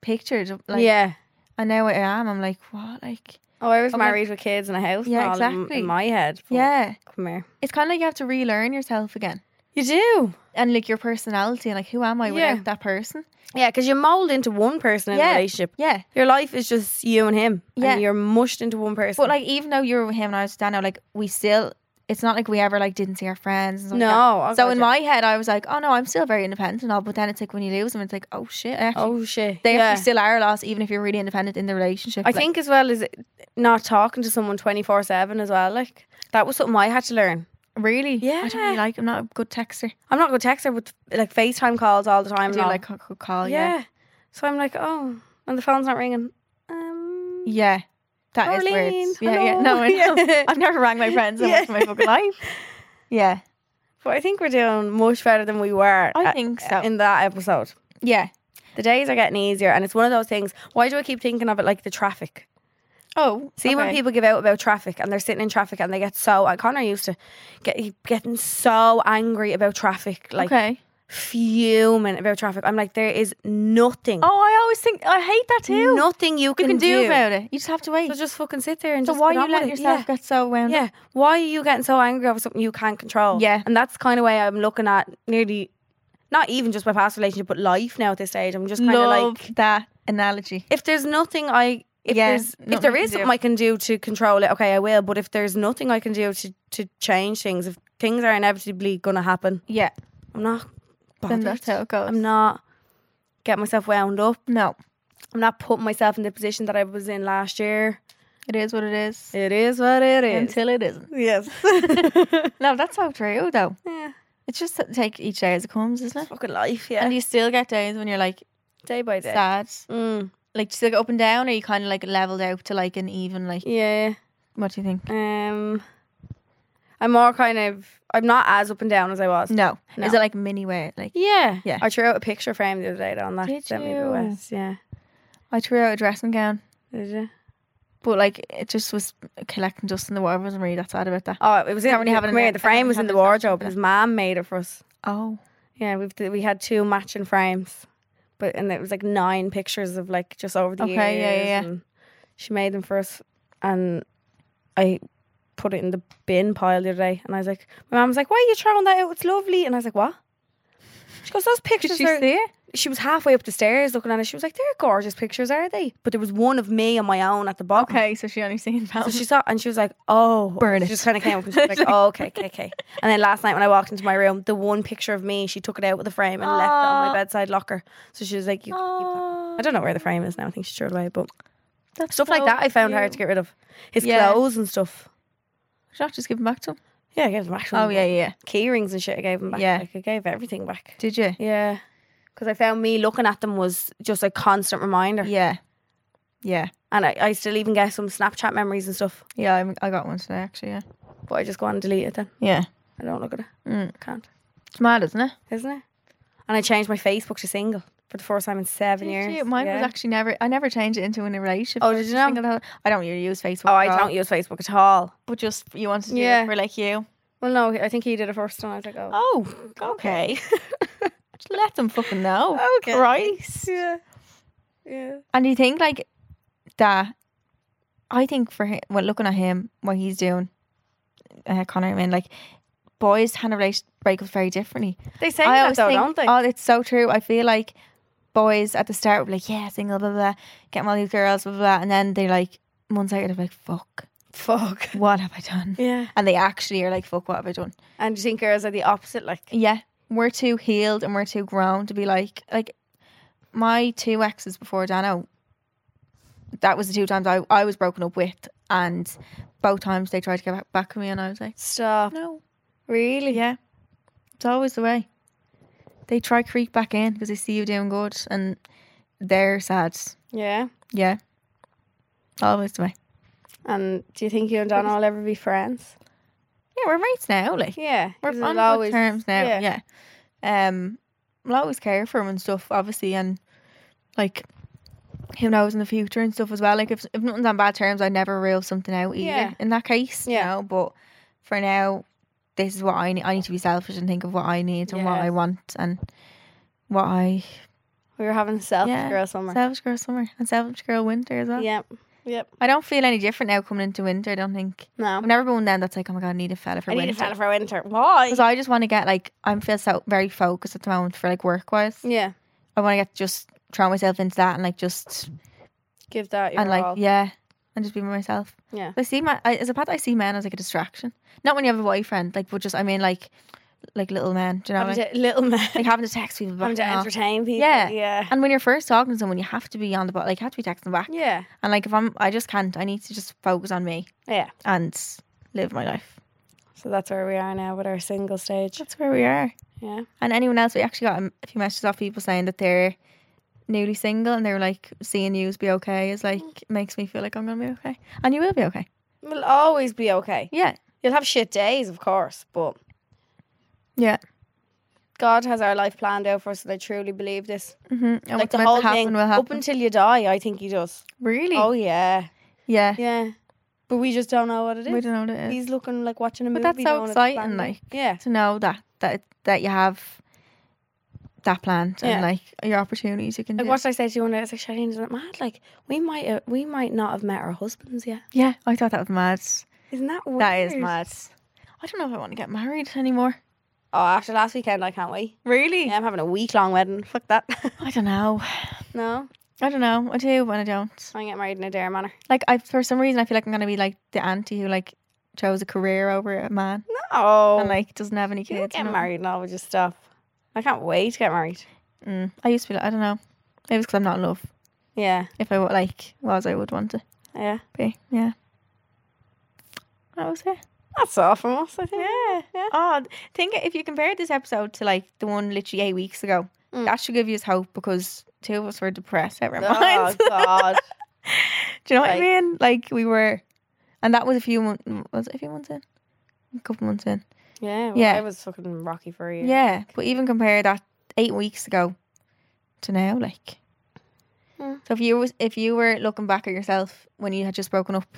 Speaker 3: pictured. Like,
Speaker 2: yeah.
Speaker 3: And now I am. I'm like, what? Like,
Speaker 2: Oh, I was
Speaker 3: Oh, my-
Speaker 2: married with kids and a house.
Speaker 3: Yeah,
Speaker 2: and all in-
Speaker 3: exactly.
Speaker 2: In my head. but
Speaker 3: yeah.
Speaker 2: Come here.
Speaker 3: It's kind of like you have to relearn yourself again
Speaker 2: You do.
Speaker 3: and like your personality and like who am I
Speaker 2: Yeah.
Speaker 3: without that person?
Speaker 2: Yeah, because you mold into one person in
Speaker 3: Yeah.
Speaker 2: a relationship.
Speaker 3: Yeah.
Speaker 2: Your life is just you and him.
Speaker 3: Yeah.
Speaker 2: And you're mushed into one person.
Speaker 3: But like, even though you were with him and I was with Dano, like we still. It's not like we ever like didn't see our friends. And stuff like that.
Speaker 2: no. oh,
Speaker 3: so
Speaker 2: God,
Speaker 3: in
Speaker 2: yeah.
Speaker 3: my head, I was like, oh no, I'm still very independent and all. But then it's like when you lose them, it's like, oh shit, I actually,
Speaker 2: Oh, shit.
Speaker 3: they
Speaker 2: yeah.
Speaker 3: actually still are lost, even if you're really independent in the relationship.
Speaker 2: I
Speaker 3: like-
Speaker 2: think as well as it- not talking to someone 24 7 as well. Like, that was something I had to learn.
Speaker 3: really, I don't really
Speaker 2: Yeah.
Speaker 3: like. I'm not a good texter.
Speaker 2: I'm not going to text her with like FaceTime calls all the time.
Speaker 3: I
Speaker 2: and
Speaker 3: do
Speaker 2: all.
Speaker 3: like a good call.
Speaker 2: oh, yeah. So I'm like, oh, and the phone's not ringing. Um,
Speaker 3: Yeah. that is weird.
Speaker 2: Darlene,
Speaker 3: Yeah, yeah.
Speaker 2: hello.
Speaker 3: No, I
Speaker 2: Yeah.
Speaker 3: know. I've never rang my friends so
Speaker 2: Yeah.
Speaker 3: much in my fucking life. Yeah.
Speaker 2: But I think we're doing much better than we were.
Speaker 3: I
Speaker 2: uh,
Speaker 3: think so.
Speaker 2: In that episode.
Speaker 3: Yeah.
Speaker 2: The days are getting easier, and it's one of those things. Why do I keep thinking of it like the traffic?
Speaker 3: Oh.
Speaker 2: See, when people give out about traffic and they're sitting in traffic and they get so, and Connor used to get getting so angry about traffic, like
Speaker 3: Okay.
Speaker 2: fuming about traffic. I'm like, there is nothing,
Speaker 3: Oh, I always think I hate that too.
Speaker 2: nothing you
Speaker 3: you
Speaker 2: can,
Speaker 3: can do, about it. You just have to wait.
Speaker 2: So just fucking sit there and
Speaker 3: So
Speaker 2: just
Speaker 3: why
Speaker 2: get
Speaker 3: are
Speaker 2: on
Speaker 3: you
Speaker 2: with
Speaker 3: letting
Speaker 2: it.
Speaker 3: yourself
Speaker 2: Yeah.
Speaker 3: get so wound up?
Speaker 2: Yeah. Why are you getting so angry over something you can't control?
Speaker 3: Yeah.
Speaker 2: And that's kind of way I'm looking at nearly, not even just my past relationship, but life now at this stage. I'm just kind of
Speaker 3: Love
Speaker 2: like,
Speaker 3: that analogy.
Speaker 2: if there's nothing I, if
Speaker 3: Yeah,
Speaker 2: there's,
Speaker 3: nothing
Speaker 2: if there
Speaker 3: you can
Speaker 2: is
Speaker 3: do.
Speaker 2: something I can do to control it, okay, I will. But if there's nothing I can do to to change things, if things are inevitably going to happen,
Speaker 3: Yeah.
Speaker 2: I'm not.
Speaker 3: Then
Speaker 2: Bothered.
Speaker 3: that's how it goes.
Speaker 2: I'm not getting myself wound up.
Speaker 3: no.
Speaker 2: I'm not putting myself in the position that I was in last year.
Speaker 3: It is what it is.
Speaker 2: It is what it is.
Speaker 3: Until it isn't.
Speaker 2: yes.
Speaker 3: No, that's so true though.
Speaker 2: yeah.
Speaker 3: It's just to take each day as it comes, isn't it?
Speaker 2: Fucking life, yeah.
Speaker 3: And you still get days when you're like
Speaker 2: day by day.
Speaker 3: sad.
Speaker 2: Mm.
Speaker 3: Like do you still go up and down or you kinda like leveled out to like an even like
Speaker 2: Yeah.
Speaker 3: what do you think?
Speaker 2: Um, I'm more kind of. I'm not as up and down as I was.
Speaker 3: No.
Speaker 2: No.
Speaker 3: Is it like mini wear? Like
Speaker 2: Yeah.
Speaker 3: Yeah.
Speaker 2: I threw out a picture frame the other day on that.
Speaker 3: Did
Speaker 2: sent me
Speaker 3: you?
Speaker 2: the West. Yeah.
Speaker 3: I threw out a dressing gown,
Speaker 2: Did you?
Speaker 3: but like it just was collecting dust in the water. I wasn't really that sad about that.
Speaker 2: Oh, it was in.
Speaker 3: Can't really have it in
Speaker 2: come here,
Speaker 3: there.
Speaker 2: the
Speaker 3: I can't
Speaker 2: frame was
Speaker 3: really
Speaker 2: in the
Speaker 3: have it as an option
Speaker 2: wardrobe.
Speaker 3: for
Speaker 2: His mom made it for us.
Speaker 3: Oh,
Speaker 2: Yeah, we we had two matching frames, but and it was like nine pictures of like just over the
Speaker 3: Okay,
Speaker 2: years.
Speaker 3: yeah, yeah, yeah.
Speaker 2: and she made them for us, and I put it in the bin pile the other day, and I was like, my mum was like, "Why are you throwing that out? It's lovely." And I was like, "What?" She goes, "Those
Speaker 3: Did
Speaker 2: pictures
Speaker 3: she
Speaker 2: are."
Speaker 3: see it?
Speaker 2: She was halfway up the stairs looking at it. She was like, "They're gorgeous pictures, are they?" But there was one of me on my own at the bottom.
Speaker 3: Okay, so she only seen
Speaker 2: So
Speaker 3: that.
Speaker 2: she saw, and she was like, "Oh,
Speaker 3: Um, Burn
Speaker 2: she
Speaker 3: it.
Speaker 2: Just kind of came up and she was like, "Oh, okay, okay, okay." And then last night when I walked into my room, the one picture of me, she took it out with the frame and left it on
Speaker 3: Aw.
Speaker 2: my bedside locker. So she was like, "You." can keep that." I don't know where the frame is now. I think she threw it away, but stuff like that I found hard to get rid of. His
Speaker 3: Yeah.
Speaker 2: clothes and stuff.
Speaker 3: Should I just give them back to him?
Speaker 2: Yeah, I gave them back. to
Speaker 3: Oh
Speaker 2: him.
Speaker 3: yeah, yeah.
Speaker 2: key rings and shit. I gave them back.
Speaker 3: Yeah.
Speaker 2: like, I gave everything back.
Speaker 3: Did you?
Speaker 2: Yeah, because I found me looking at them was just a constant reminder,
Speaker 3: Yeah, yeah,
Speaker 2: and I, I still even get some Snapchat memories and stuff.
Speaker 3: yeah. I'm, I got one today actually. Yeah,
Speaker 2: But I just go on and delete it then.
Speaker 3: yeah.
Speaker 2: I don't look at it.
Speaker 3: Mm.
Speaker 2: Can't.
Speaker 3: It's mad, isn't it?
Speaker 2: isn't it? And I changed my Facebook to single for the first time in seven
Speaker 3: Did
Speaker 2: years.
Speaker 3: you? Mine
Speaker 2: Yeah.
Speaker 3: was actually never. I never changed it into a relationship.
Speaker 2: Oh,
Speaker 3: I
Speaker 2: did
Speaker 3: was
Speaker 2: you
Speaker 3: just
Speaker 2: not?
Speaker 3: thinking that- I don't really use Facebook.
Speaker 2: Oh, I
Speaker 3: at all,
Speaker 2: don't use Facebook at all.
Speaker 3: But just you wanted to do
Speaker 2: Yeah.
Speaker 3: it for like you.
Speaker 2: Well, no, I think he did it first, and I was like, oh,
Speaker 3: Oh, okay. Just let them fucking know.
Speaker 2: okay,
Speaker 3: Christ.
Speaker 2: yeah, yeah.
Speaker 3: And you think like that? I think for him, well, looking at him, what he's doing, uh, Connor, I mean, like boys handle rela- breakups very differently.
Speaker 2: They say
Speaker 3: I
Speaker 2: that
Speaker 3: always
Speaker 2: though,
Speaker 3: think,
Speaker 2: don't they?
Speaker 3: oh, it's so true. I feel like boys at the start were like, yeah, single, blah blah, blah getting all these girls, blah blah, blah. and then they like months later they're like, fuck,
Speaker 2: Fuck.
Speaker 3: what have I done?
Speaker 2: Yeah.
Speaker 3: And they actually are like, fuck, what have I done?
Speaker 2: And you think girls are the opposite? Like,
Speaker 3: Yeah, we're too healed and we're too grown to be like like my two exes before Dano. That was the two times I, I was broken up with, and both times they tried to get back, back with me, and I was like,
Speaker 2: stop.
Speaker 3: no,
Speaker 2: Really?
Speaker 3: yeah, it's always the way. They try creep back in because they see you doing good, and they're sad.
Speaker 2: Yeah.
Speaker 3: Yeah, always the way.
Speaker 2: And do you think you and Donna will ever be friends?
Speaker 3: Yeah, we're mates now. Like
Speaker 2: Yeah.
Speaker 3: we're
Speaker 2: 'cause
Speaker 3: on
Speaker 2: it'll
Speaker 3: good terms now. Yeah. Um, I'll always care for him and stuff, obviously, and like who knows in the future and stuff as well. Like if if nothing's on bad terms, I'd never rule something out either.
Speaker 2: Yeah.
Speaker 3: In that case, you
Speaker 2: Yeah.
Speaker 3: know. But for now, this is what I need. I need to be selfish and think of what I need and what
Speaker 2: Yeah.
Speaker 3: I want and what I
Speaker 2: We were having self
Speaker 3: Yeah.
Speaker 2: girl summer.
Speaker 3: selfish girl summer and selfish girl winter as well.
Speaker 2: Yep. Yep.
Speaker 3: I don't feel any different now coming into winter. I don't think
Speaker 2: No.
Speaker 3: I've never been one then that's like, oh my god, I need a fella for
Speaker 2: I
Speaker 3: winter.
Speaker 2: need a fella for winter. Why?
Speaker 3: Because I just want to get like I'm feel so very focused at the moment for like work wise.
Speaker 2: Yeah.
Speaker 3: I want to get just throw myself into that and like just
Speaker 2: Give that your
Speaker 3: and like
Speaker 2: all.
Speaker 3: yeah and just be by myself.
Speaker 2: Yeah.
Speaker 3: I see my I, as a part I see men as like a distraction. Not when you have a boyfriend, like but just I mean like like little men. Do you know?
Speaker 2: Having
Speaker 3: Like,
Speaker 2: to, little man.
Speaker 3: like having to text people back
Speaker 2: Having to
Speaker 3: and all.
Speaker 2: entertain people.
Speaker 3: Yeah.
Speaker 2: Yeah.
Speaker 3: And when you're first talking to someone, you have to be on the ball. Like you have to be texting back.
Speaker 2: Yeah.
Speaker 3: And like if I'm, I just can't. I need to just focus on me
Speaker 2: Yeah.
Speaker 3: and live my life.
Speaker 2: So that's where we are now with our single stage.
Speaker 3: That's where we are.
Speaker 2: Yeah.
Speaker 3: And anyone else, we actually got a few messages off people saying that they're newly single and they're like, seeing yous be okay is like,
Speaker 2: Mm.
Speaker 3: makes me feel like I'm going to be okay. And you will be okay.
Speaker 2: We'll always be okay.
Speaker 3: Yeah.
Speaker 2: You'll have shit days, of course, but
Speaker 3: Yeah.
Speaker 2: God has our life planned out for us, and I truly believe this.
Speaker 3: Mm-hmm. And
Speaker 2: like
Speaker 3: what's
Speaker 2: the
Speaker 3: meant
Speaker 2: whole
Speaker 3: to happen
Speaker 2: thing,
Speaker 3: will happen.
Speaker 2: up until you die, I think He does.
Speaker 3: really?
Speaker 2: Oh yeah,
Speaker 3: yeah.
Speaker 2: yeah. But we just don't know what it
Speaker 3: We
Speaker 2: is.
Speaker 3: don't know what it is.
Speaker 2: He's looking like watching a movie.
Speaker 3: But that's so
Speaker 2: going, it's planned
Speaker 3: exciting,
Speaker 2: out.
Speaker 3: like.
Speaker 2: yeah,
Speaker 3: To know that, that, that you have that planned
Speaker 2: Yeah.
Speaker 3: and like your opportunities you can
Speaker 2: like
Speaker 3: do.
Speaker 2: what did I say to you one day? I was like, Charlene, isn't it mad? Like we might, uh, we might not have met our husbands yet.
Speaker 3: Yeah. I thought that was mad.
Speaker 2: Isn't that weird?
Speaker 3: That is mad. I don't know if I want to get married anymore.
Speaker 2: Oh, after last weekend, I can't wait.
Speaker 3: Really?
Speaker 2: Yeah, I'm having a week long wedding. Fuck that.
Speaker 3: I don't know.
Speaker 2: no,
Speaker 3: I don't know. I do when I don't.
Speaker 2: I get married in a dare manner.
Speaker 3: Like I for some reason I feel like I'm gonna be like the auntie who like chose a career over a man
Speaker 2: Oh,
Speaker 3: and like doesn't have any
Speaker 2: You
Speaker 3: kids.
Speaker 2: don't get
Speaker 3: and all.
Speaker 2: married and all with your stuff. I can't wait to get married.
Speaker 3: Mm. I used to be like I don't know. Maybe it's because I'm not in love.
Speaker 2: Yeah,
Speaker 3: If I wa- like was, I would want to
Speaker 2: yeah.
Speaker 3: be. Yeah. That was it.
Speaker 2: That's all from us, I think.
Speaker 3: Yeah.
Speaker 2: Yeah.
Speaker 3: Oh, think if you compare this episode to like the one literally eight weeks ago,
Speaker 2: Mm.
Speaker 3: that should give you hope because two of us were depressed at our
Speaker 2: Oh
Speaker 3: minds.
Speaker 2: God!
Speaker 3: Do you know what
Speaker 2: Like-
Speaker 3: I mean? Like we were, and that was a few months. Was it a few months in? A couple months in.
Speaker 2: Yeah, well,
Speaker 3: Yeah.
Speaker 2: I was fucking rocky for a year.
Speaker 3: Yeah, but even compare that eight weeks ago to now, like.
Speaker 2: Mm.
Speaker 3: So if you was if you were looking back at yourself when you had just broken up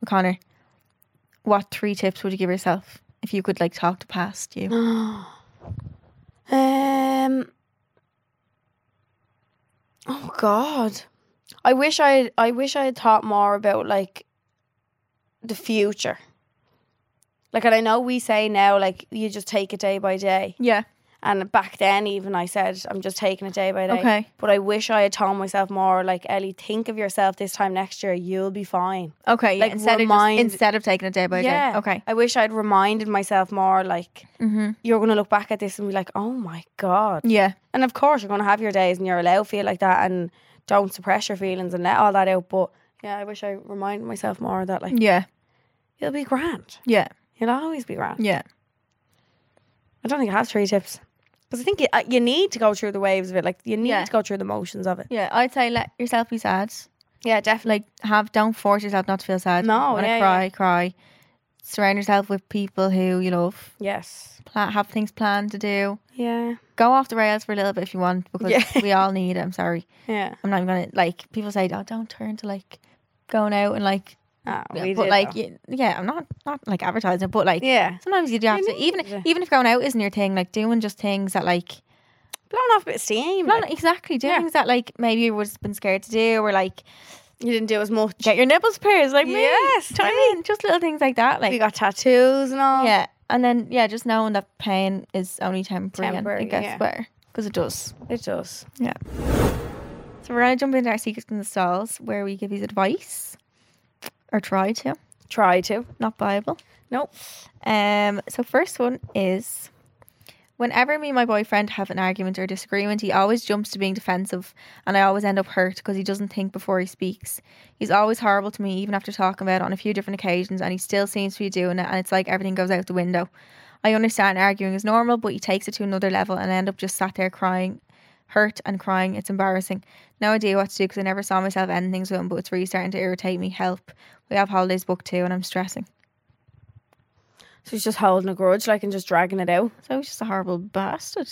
Speaker 3: with Connor, what three tips would you give yourself if you could like talk to past you?
Speaker 2: um. Oh God! I wish I I wish I had thought more about like the future Like, and I know we say now, like, you just take it day by day.
Speaker 3: Yeah.
Speaker 2: And back then, even I said, I'm just taking it day by day.
Speaker 3: Okay.
Speaker 2: But I wish I had told myself more, like, Ellie, think of yourself this time next year. You'll be fine.
Speaker 3: Okay. Yeah.
Speaker 2: Like,
Speaker 3: instead
Speaker 2: remind-
Speaker 3: of just, instead of taking it day by day. Okay. Mm-hmm.
Speaker 2: I wish I'd reminded myself more, like, you're going to look back at this and be like, oh my God.
Speaker 3: Yeah.
Speaker 2: And of course, you're going to have your days and you're allowed to feel like that and don't suppress your feelings and let all that out. But yeah, I wish I reminded myself more that, like,
Speaker 3: Yeah.
Speaker 2: you'll be grand.
Speaker 3: Yeah.
Speaker 2: You'll always be grand.
Speaker 3: Yeah.
Speaker 2: I don't think I have three tips. Because I think you, uh, you need to go through the waves of it. Like, you need
Speaker 3: Yeah.
Speaker 2: to go through the motions of it.
Speaker 3: Yeah. I'd say let yourself be sad.
Speaker 2: Yeah, definitely.
Speaker 3: Like have don't force yourself not to feel sad.
Speaker 2: No,
Speaker 3: Wanna
Speaker 2: yeah,
Speaker 3: cry, cry. Surround yourself with people who you love.
Speaker 2: Yes.
Speaker 3: Pla have things planned to do.
Speaker 2: Yeah.
Speaker 3: Go off the rails for a little bit if you want because
Speaker 2: Yeah.
Speaker 3: we all need it. I'm sorry.
Speaker 2: Yeah.
Speaker 3: I'm not even gonna like people say, Oh, don't turn to like going out and like
Speaker 2: Ah,
Speaker 3: Yeah,
Speaker 2: we
Speaker 3: but
Speaker 2: did,
Speaker 3: like
Speaker 2: though.
Speaker 3: y yeah, I'm not not like advertising, but like
Speaker 2: yeah.
Speaker 3: sometimes you do have
Speaker 2: You
Speaker 3: to even
Speaker 2: need-
Speaker 3: even if going out isn't your thing, like doing just things that like
Speaker 2: Blowing off a bit of steam.
Speaker 3: not
Speaker 2: like,
Speaker 3: exactly doing
Speaker 2: yeah.
Speaker 3: things that like maybe you would have been scared to do or like
Speaker 2: you didn't do as much.
Speaker 3: get your nipples pierced, like me.
Speaker 2: Yes,
Speaker 3: Do you know what I mean? Just little things like that.
Speaker 2: We
Speaker 3: Like
Speaker 2: got tattoos and all.
Speaker 3: yeah. And then yeah, just knowing that pain is only temporary,
Speaker 2: Temporary,
Speaker 3: and it gets
Speaker 2: yeah.
Speaker 3: better. Because it does.
Speaker 2: It does.
Speaker 3: So we're gonna jump into our secrets and the stalls where we give these advice. Or try to.
Speaker 2: Try to.
Speaker 3: Not Bible.
Speaker 2: Nope.
Speaker 3: Um, so first one is whenever me and my boyfriend have an argument or disagreement, he always jumps to being defensive and I always end up hurt because he doesn't think before he speaks. He's always horrible to me even after talking about it on a few different occasions and he still seems to be doing it and it's like everything goes out the window. I understand arguing is normal, but he takes it to another level and I end up just sat there crying, hurt and crying. It's embarrassing. No idea what to do because I never saw myself ending things with him, but it's really starting to irritate me. Help. We have holidays booked too and I'm stressing.
Speaker 2: So he's just holding a grudge, like, and just dragging it out,
Speaker 3: So he's just a horrible bastard.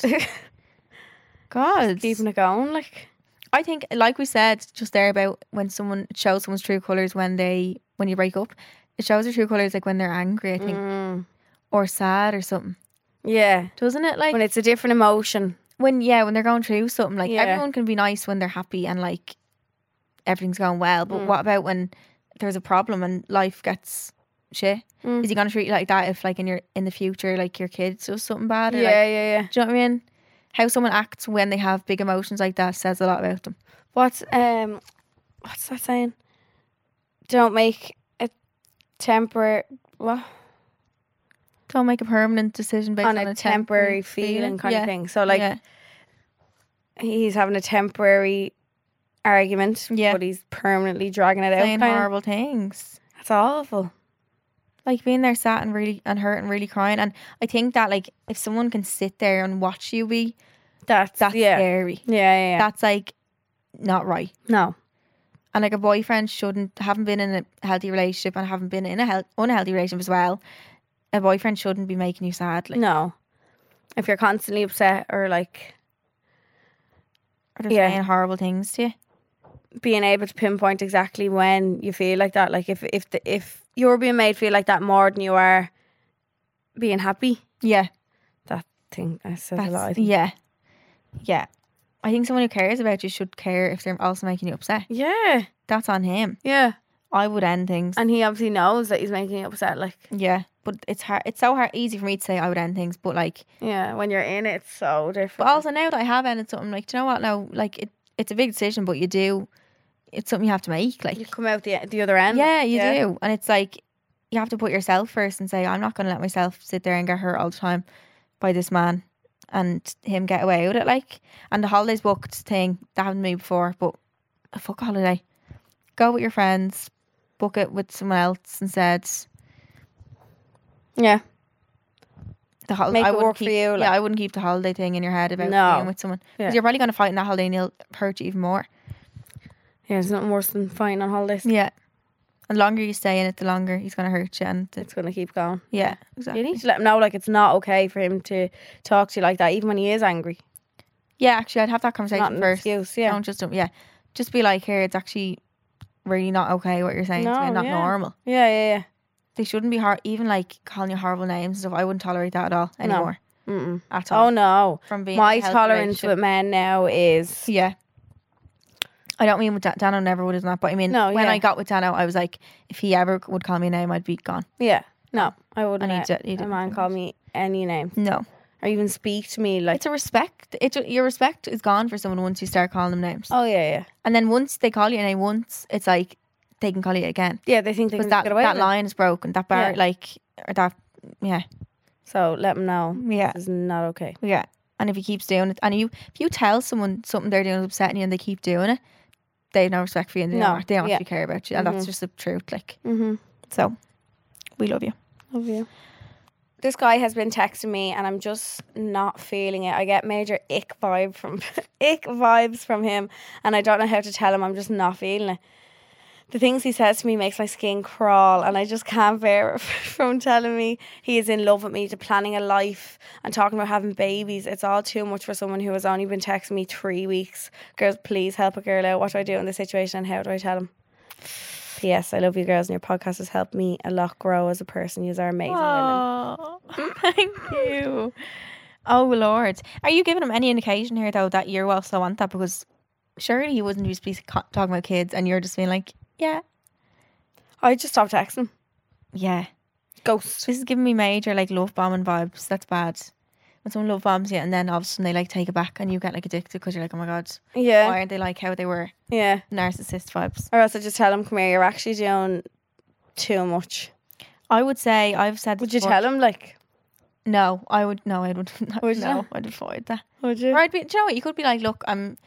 Speaker 3: God.
Speaker 2: keeping it going. Like,
Speaker 3: I think, like we said just there about when someone it shows someone's true colours when they when you break up, it shows their true colours like when they're angry, I think,
Speaker 2: mm,
Speaker 3: or sad or something,
Speaker 2: yeah.
Speaker 3: doesn't it? Like
Speaker 2: When
Speaker 3: when,
Speaker 2: it's a different emotion.
Speaker 3: yeah, when they're going through something, like
Speaker 2: Yeah.
Speaker 3: everyone can be nice when they're happy and like everything's going well, but what about when there's a problem and life gets shit?
Speaker 2: Mm.
Speaker 3: Is he gonna treat you like that if like in your in the future like your kids does something bad? Or, like,
Speaker 2: yeah, yeah, yeah.
Speaker 3: Do you know what I mean? How someone acts when they have big emotions like that says a lot about them.
Speaker 2: What's um, what's that saying? Don't make a temper. What?
Speaker 3: Don't make a permanent decision based
Speaker 2: on a, temporary, feeling, kind of thing. So like
Speaker 3: yeah.
Speaker 2: he's having a temporary argument,
Speaker 3: Yeah.
Speaker 2: but he's permanently dragging it out.
Speaker 3: saying
Speaker 2: kinda.
Speaker 3: horrible things.
Speaker 2: That's awful.
Speaker 3: Like being there sat and really and hurt and really crying. And I think that like if someone can sit there and watch you be
Speaker 2: That's
Speaker 3: that's
Speaker 2: yeah.
Speaker 3: scary.
Speaker 2: yeah, yeah, yeah.
Speaker 3: That's like not right.
Speaker 2: no,
Speaker 3: And like a boyfriend shouldn't haven't been in a healthy relationship and haven't been in a health, unhealthy relationship as well. A boyfriend shouldn't be making you sad. Like
Speaker 2: no. If you're constantly upset or like
Speaker 3: or just
Speaker 2: Yeah.
Speaker 3: saying horrible things to you.
Speaker 2: being able to pinpoint exactly when you feel like that, like if if the, if you're being made feel like that more than you are being happy,
Speaker 3: Yeah.
Speaker 2: that thing that says a lot. I
Speaker 3: That's,
Speaker 2: think.
Speaker 3: yeah. Yeah. I think someone who cares about you should care if they're also making you upset.
Speaker 2: Yeah,
Speaker 3: That's on him.
Speaker 2: yeah.
Speaker 3: I would end things.
Speaker 2: And he obviously knows that he's making you upset. Like,
Speaker 3: yeah, but it's hard. It's so hard, easy for me to say I would end things, but like,
Speaker 2: yeah, when you're in it, it's so different.
Speaker 3: but also now that I have ended something, like, do you know what? Now, like, it it's a big decision, but you do. It's something you have to make. Like,
Speaker 2: you come out the the other end.
Speaker 3: yeah, you do, and it's like you have to put yourself first and say, I'm not going to let myself sit there and get hurt all the time by this man and him get away with it. Like, and the holidays booked thing that happened to me before, but a fuck holiday. Go with your friends, book it with someone else instead.
Speaker 2: Yeah.
Speaker 3: the hol-
Speaker 2: Make
Speaker 3: I
Speaker 2: it
Speaker 3: wouldn't
Speaker 2: work for
Speaker 3: keep,
Speaker 2: you, like-
Speaker 3: Yeah, I wouldn't keep the holiday thing in your head about
Speaker 2: No.
Speaker 3: being with someone because
Speaker 2: Yeah.
Speaker 3: you're probably going to fight in that holiday and he'll hurt you even more.
Speaker 2: Yeah, there's nothing worse than fighting on holidays.
Speaker 3: Yeah, and longer you stay in it, the longer he's going to hurt you. And the,
Speaker 2: It's gonna keep going.
Speaker 3: yeah,
Speaker 2: You
Speaker 3: exactly.
Speaker 2: need to let him know like it's not okay for him to talk to you like that, even when he is angry.
Speaker 3: Yeah, actually, I'd have that
Speaker 2: It's not
Speaker 3: conversation
Speaker 2: an
Speaker 3: first.
Speaker 2: excuse. Yeah.
Speaker 3: Don't just don't, yeah, just be like, here, it's actually really not okay what you're saying. to me,
Speaker 2: No,
Speaker 3: and not
Speaker 2: yeah.
Speaker 3: normal.
Speaker 2: Yeah, yeah,
Speaker 3: They shouldn't be hor- even like calling you horrible names and stuff. I wouldn't tolerate that at all
Speaker 2: No.
Speaker 3: anymore.
Speaker 2: yeah. Mm-mm.
Speaker 3: At all.
Speaker 2: Oh no.
Speaker 3: From being
Speaker 2: My
Speaker 3: in a healthy
Speaker 2: tolerance with
Speaker 3: relationship.
Speaker 2: men now is
Speaker 3: Yeah. I don't mean with Dan- Dano never would have done that, but I mean
Speaker 2: No,
Speaker 3: when
Speaker 2: yeah.
Speaker 3: I got with Dano, I was like, if he ever would call me a name, I'd be gone.
Speaker 2: yeah. No, I wouldn't.
Speaker 3: And he
Speaker 2: let
Speaker 3: did- he
Speaker 2: a
Speaker 3: didn't
Speaker 2: man
Speaker 3: do
Speaker 2: call
Speaker 3: it.
Speaker 2: me any name
Speaker 3: No,
Speaker 2: or even speak to me like,
Speaker 3: it's a respect. It your respect is gone for someone once you start calling them names,
Speaker 2: oh yeah, yeah,
Speaker 3: and then once they call you a name once, it's like they can call you again
Speaker 2: yeah. They think they
Speaker 3: because
Speaker 2: can
Speaker 3: that
Speaker 2: get away
Speaker 3: that
Speaker 2: with it.
Speaker 3: line is broken. That bar,
Speaker 2: Yeah.
Speaker 3: like or that, yeah,
Speaker 2: So let them know
Speaker 3: yeah,
Speaker 2: this is not okay.
Speaker 3: yeah. And if he keeps doing it, and you if you tell someone something they're doing is upsetting you, and they keep doing it, they have no respect for you, and they
Speaker 2: No,
Speaker 3: don't, they don't
Speaker 2: yeah.
Speaker 3: actually care about you, and that's just the truth. Like
Speaker 2: Mm-hmm.
Speaker 3: so, we love you.
Speaker 2: Love you. This guy has been texting me, and I'm just not feeling it. I get major ick vibe from ick vibes from him, and I don't know how to tell him. I'm just not feeling it. The things he says to me makes my skin crawl, and I just can't bear it from telling me he is in love with me to planning a life and talking about having babies. It's all too much for someone who has only been texting me three weeks. Girls, please help a girl out. What do I do in this situation, and how do I tell him? P.S. I love you girls, and your podcast has helped me a lot grow as a person. You are amazing. women.
Speaker 3: Oh, thank you. Oh Lord, are you giving him any indication here though that you also want that? Because surely you wouldn't just be co- talking about kids, and you're just being like, yeah,
Speaker 2: I just stopped texting.
Speaker 3: yeah.
Speaker 2: Ghost.
Speaker 3: This is giving me major like love bombing vibes. That's bad. When someone love bombs you, and then all of a sudden they like take it back, and you get like addicted because you're like, oh my god, why
Speaker 2: Yeah,
Speaker 3: aren't they like how they were?
Speaker 2: yeah.
Speaker 3: Narcissist vibes.
Speaker 2: Or else I just tell him, "Come here, you're actually doing too much."
Speaker 3: I would say I've said.
Speaker 2: Would you tell him? Like,
Speaker 3: him? No, I would. No, I would. No,
Speaker 2: Would you?
Speaker 3: no I'd avoid that.
Speaker 2: would you?
Speaker 3: Or I'd be, do you know what? You could be like, look, I'm,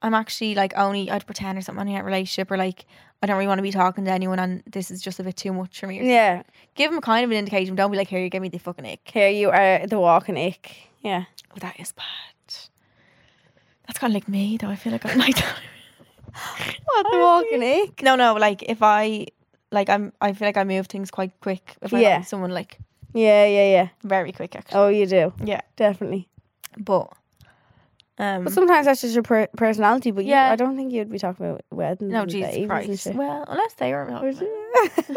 Speaker 3: I'm actually like only I'd pretend or something in a relationship, or like I don't really want to be talking to anyone, and this is just a bit too much for me.
Speaker 2: Yeah.
Speaker 3: Give them kind of an indication. Don't be like, here, you give me the fucking ick.
Speaker 2: Here you are, the walking ick. Yeah.
Speaker 3: Oh, that is bad. That's kind of like me though. I feel like I'm like that.
Speaker 2: What the walking ick?
Speaker 3: No, no. Like if I, like I'm, I feel like I move things quite quick. If I
Speaker 2: Yeah.
Speaker 3: like someone like
Speaker 2: Yeah, yeah, yeah.
Speaker 3: very quick, actually.
Speaker 2: Oh, you do
Speaker 3: Yeah, Mm.
Speaker 2: definitely.
Speaker 3: but
Speaker 2: Oh.
Speaker 3: um,
Speaker 2: But sometimes that's just your per- personality. But yeah,
Speaker 3: Yeah.
Speaker 2: I don't think you'd be talking about weddings.
Speaker 3: no,
Speaker 2: and
Speaker 3: Jesus
Speaker 2: babies and
Speaker 3: Christ.
Speaker 2: shit.
Speaker 3: Well, unless they were.
Speaker 2: Would you?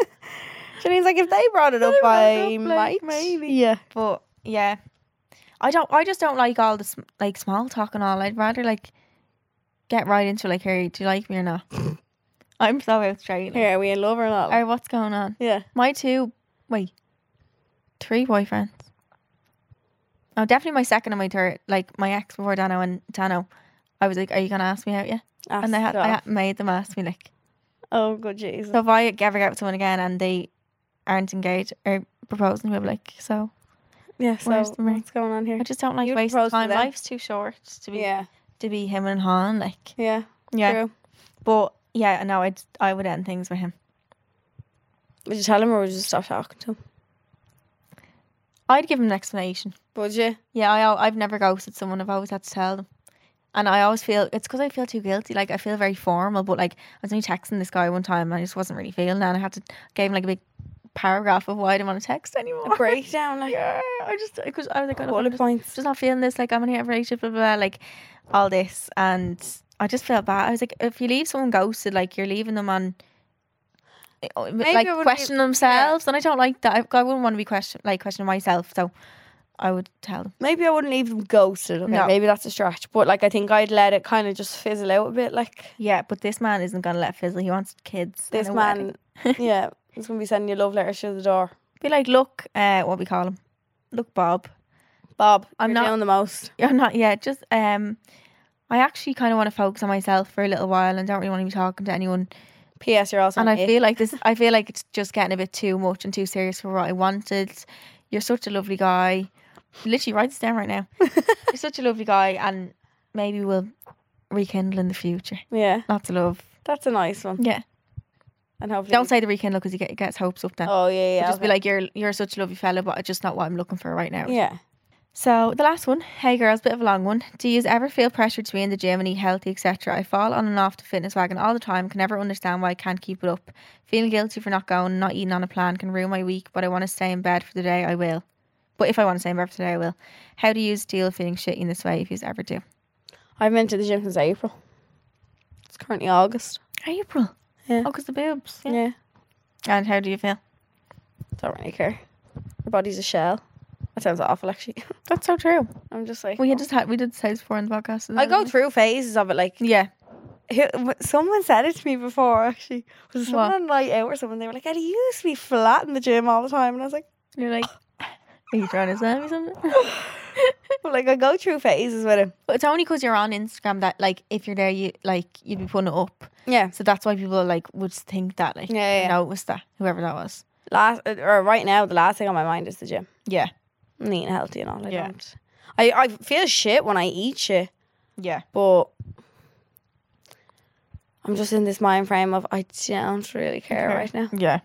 Speaker 2: Shanine's like, if they brought it up,
Speaker 3: brought
Speaker 2: I
Speaker 3: it up,
Speaker 2: might.
Speaker 3: like, maybe.
Speaker 2: Yeah.
Speaker 3: But yeah, I don't. I just don't like all this like small talk and all. I'd rather like get right into like, hey, do you like me or not? I'm so out straight. Like,
Speaker 2: Here, are we in love or not?
Speaker 3: Or what's going on?
Speaker 2: yeah.
Speaker 3: My two, wait, three boyfriends. Oh, definitely my second and my third. Like my ex before Dano and Dano, I was like, "Are you gonna ask me out yet?" and I had, I had made them ask me like,
Speaker 2: Oh, good Jesus.
Speaker 3: "So if I ever get with someone again and they aren't engaged or proposing, we'll be like, so
Speaker 2: Yeah,
Speaker 3: Where's
Speaker 2: so
Speaker 3: the ring?
Speaker 2: what's going on here?
Speaker 3: I just don't like
Speaker 2: You'd
Speaker 3: wasting
Speaker 2: propose to
Speaker 3: time.
Speaker 2: them.
Speaker 3: Life's too short to be
Speaker 2: Yeah,
Speaker 3: to be him and Han. Like,
Speaker 2: yeah,
Speaker 3: yeah,
Speaker 2: true.
Speaker 3: but yeah, no, I'd I would end things with him.
Speaker 2: Would you tell him or would you just stop talking to him?
Speaker 3: I'd give him an explanation.
Speaker 2: Would you?
Speaker 3: Yeah, I al- I've never ghosted someone. I've always had to tell them, and I always feel it's because I feel too guilty. Like I feel very formal, but like I was only texting this guy one time, and I just wasn't really feeling that. And I had to gave him like a big paragraph of why I didn't want to text anymore.
Speaker 2: Breakdown, like
Speaker 3: yeah, I just because I was like, I don't- I'm
Speaker 2: bullet
Speaker 3: just-
Speaker 2: points.
Speaker 3: just not feeling this. Like I'm in a relationship, blah, blah blah, like all this, and I just felt bad. I was like, if you leave someone ghosted, like you're leaving them on, eh, oh, like
Speaker 2: it would be-
Speaker 3: question themselves, and I don't like that. I, I wouldn't want to be question like questioning myself, so I would tell them.
Speaker 2: Maybe I wouldn't leave them ghosted. Okay,
Speaker 3: No.
Speaker 2: maybe that's a stretch. But like, I think I'd let it kind of just fizzle out a bit. Like
Speaker 3: Yeah, but this man isn't gonna let fizzle. He wants kids. and
Speaker 2: this
Speaker 3: a
Speaker 2: man,
Speaker 3: wedding.
Speaker 2: yeah, he's gonna be sending you love letters through the door.
Speaker 3: be like, look, uh, what we call him, look, Bob.
Speaker 2: Bob,
Speaker 3: I'm
Speaker 2: you're
Speaker 3: not-
Speaker 2: doing the most.
Speaker 3: I'm not yet. Just um, I actually kind of want to focus on myself for a little while and don't really want to be talking to anyone
Speaker 2: P.S. You're also
Speaker 3: and
Speaker 2: an
Speaker 3: I
Speaker 2: ick.
Speaker 3: feel like this. I feel like it's just getting a bit too much and too serious for what I wanted. You're such a lovely guy. Literally, write this down right now. You're such a lovely guy, and maybe we'll rekindle in the future.
Speaker 2: yeah,
Speaker 3: Lots of love.
Speaker 2: that's a nice one.
Speaker 3: Yeah.
Speaker 2: And hopefully,
Speaker 3: Don't say the rekindle because he get, gets hopes up then.
Speaker 2: Oh yeah, yeah.
Speaker 3: Just be
Speaker 2: okay.
Speaker 3: like, you're you're such a lovely fella, but it's just not what I'm looking for right now.
Speaker 2: yeah.
Speaker 3: So the last one, hey girls, bit of a long one. Do you ever feel pressured to be in the gym and eat healthy, etc.? I fall on and off the fitness wagon all the time. Can never understand why I can't keep it up. Feeling guilty for not going, not eating on a plan can ruin my week. But I want to stay in bed for the day. I will. But if I want to stay in bed for the day, I will. How do you deal with feeling shitty in this way if you ever do?
Speaker 2: I've been to the gym since April. It's currently August.
Speaker 3: April.
Speaker 2: Yeah.
Speaker 3: Oh, because the boobs.
Speaker 2: Yeah.
Speaker 3: And how do you feel?
Speaker 2: Don't really care. Your body's a shell. That sounds awful, actually.
Speaker 3: That's so true.
Speaker 2: I'm just like oh.
Speaker 3: We had just had we did say this before in the podcast.
Speaker 2: I go through phases of it. Like
Speaker 3: Yeah.
Speaker 2: who, w- someone said it to me before actually. Was it someone
Speaker 3: What?
Speaker 2: on a night out or someone? They were like, Eddie, you used to be flat in the gym all the time. And I was like,
Speaker 3: You're like, are you trying to slam me something?
Speaker 2: well, like I go through phases with it.
Speaker 3: But it's only because you're on Instagram that, like, if you're there, you like you'd
Speaker 2: Mm.
Speaker 3: be putting it up.
Speaker 2: Yeah.
Speaker 3: So that's why people like would think that, like,
Speaker 2: Yeah, yeah, yeah.
Speaker 3: notice that whoever that was.
Speaker 2: Last uh, or right now, the last thing on my mind is the gym.
Speaker 3: Yeah,
Speaker 2: I'm eating healthy and all. I
Speaker 3: Yeah.
Speaker 2: don't. I, I feel shit when I eat shit,
Speaker 3: yeah.
Speaker 2: but I'm just in this mind frame of I don't really care
Speaker 3: Okay.
Speaker 2: right now.
Speaker 3: Yeah.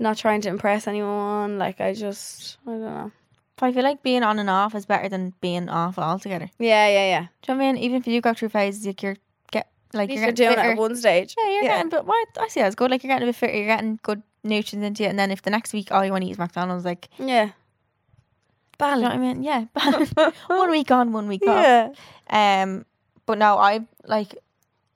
Speaker 2: Not trying to impress anyone. Like I just, I don't know.
Speaker 3: I feel like being on and off is better than being off altogether.
Speaker 2: Yeah, yeah, yeah.
Speaker 3: Do you know what I mean? Even if you do go through phases, like you're get
Speaker 2: At least
Speaker 3: like you're,
Speaker 2: you're
Speaker 3: getting
Speaker 2: doing it
Speaker 3: fitter.
Speaker 2: at one stage.
Speaker 3: Yeah, you're
Speaker 2: Yeah.
Speaker 3: getting. But what I see that as good. Like you're getting a bit fitter. You're getting good nutrients into it. And then if the next week all you want to eat is McDonald's, like
Speaker 2: Yeah.
Speaker 3: you know what I mean? Yeah. one week on, one week off.
Speaker 2: Yeah.
Speaker 3: Um, but no, I like,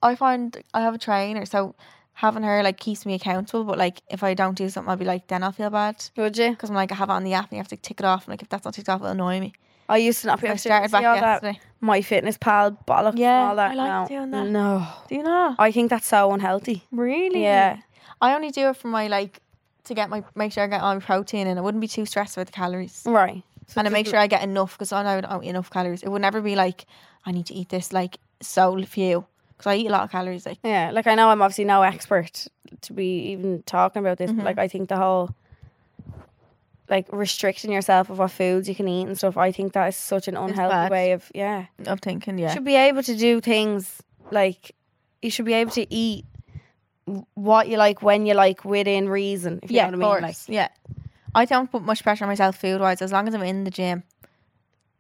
Speaker 3: I find I have a trainer, so having her like keeps me accountable. But like, if I don't do something, I'll be like, then I'll feel bad
Speaker 2: Would you?
Speaker 3: because I'm like, I have it on the app and you have to tick it off. And like, if that's not ticked off, it'll annoy me.
Speaker 2: I used to not be
Speaker 3: I
Speaker 2: able to
Speaker 3: started
Speaker 2: see
Speaker 3: back
Speaker 2: all that
Speaker 3: yesterday.
Speaker 2: my fitness pal bollocks and
Speaker 3: Yeah,
Speaker 2: all that.
Speaker 3: I like
Speaker 2: now.
Speaker 3: doing that.
Speaker 2: No.
Speaker 3: Do you not?
Speaker 2: I think that's so unhealthy.
Speaker 3: Really?
Speaker 2: Yeah.
Speaker 3: I only do it for my like to get my make sure I get all my protein and I wouldn't be too stressed about the calories.
Speaker 2: Right.
Speaker 3: and I make sure I get enough because I know I don't eat enough calories. It would never be like I need to eat this like so few because I eat a lot of calories. Like
Speaker 2: Yeah, like I know I'm obviously no expert to be even talking about this,
Speaker 3: Mm-hmm.
Speaker 2: but like I think the whole like restricting yourself of what foods you can eat and stuff, I think that is such an
Speaker 3: bad.
Speaker 2: unhealthy way of yeah.
Speaker 3: I'm thinking, yeah,
Speaker 2: You should be able to do things like you should be able to eat w- what you like when you like within reason. If you
Speaker 3: yeah,
Speaker 2: know what I mean.
Speaker 3: of
Speaker 2: Like
Speaker 3: course. yeah. I don't put much pressure on myself food wise. As long as I'm in the gym,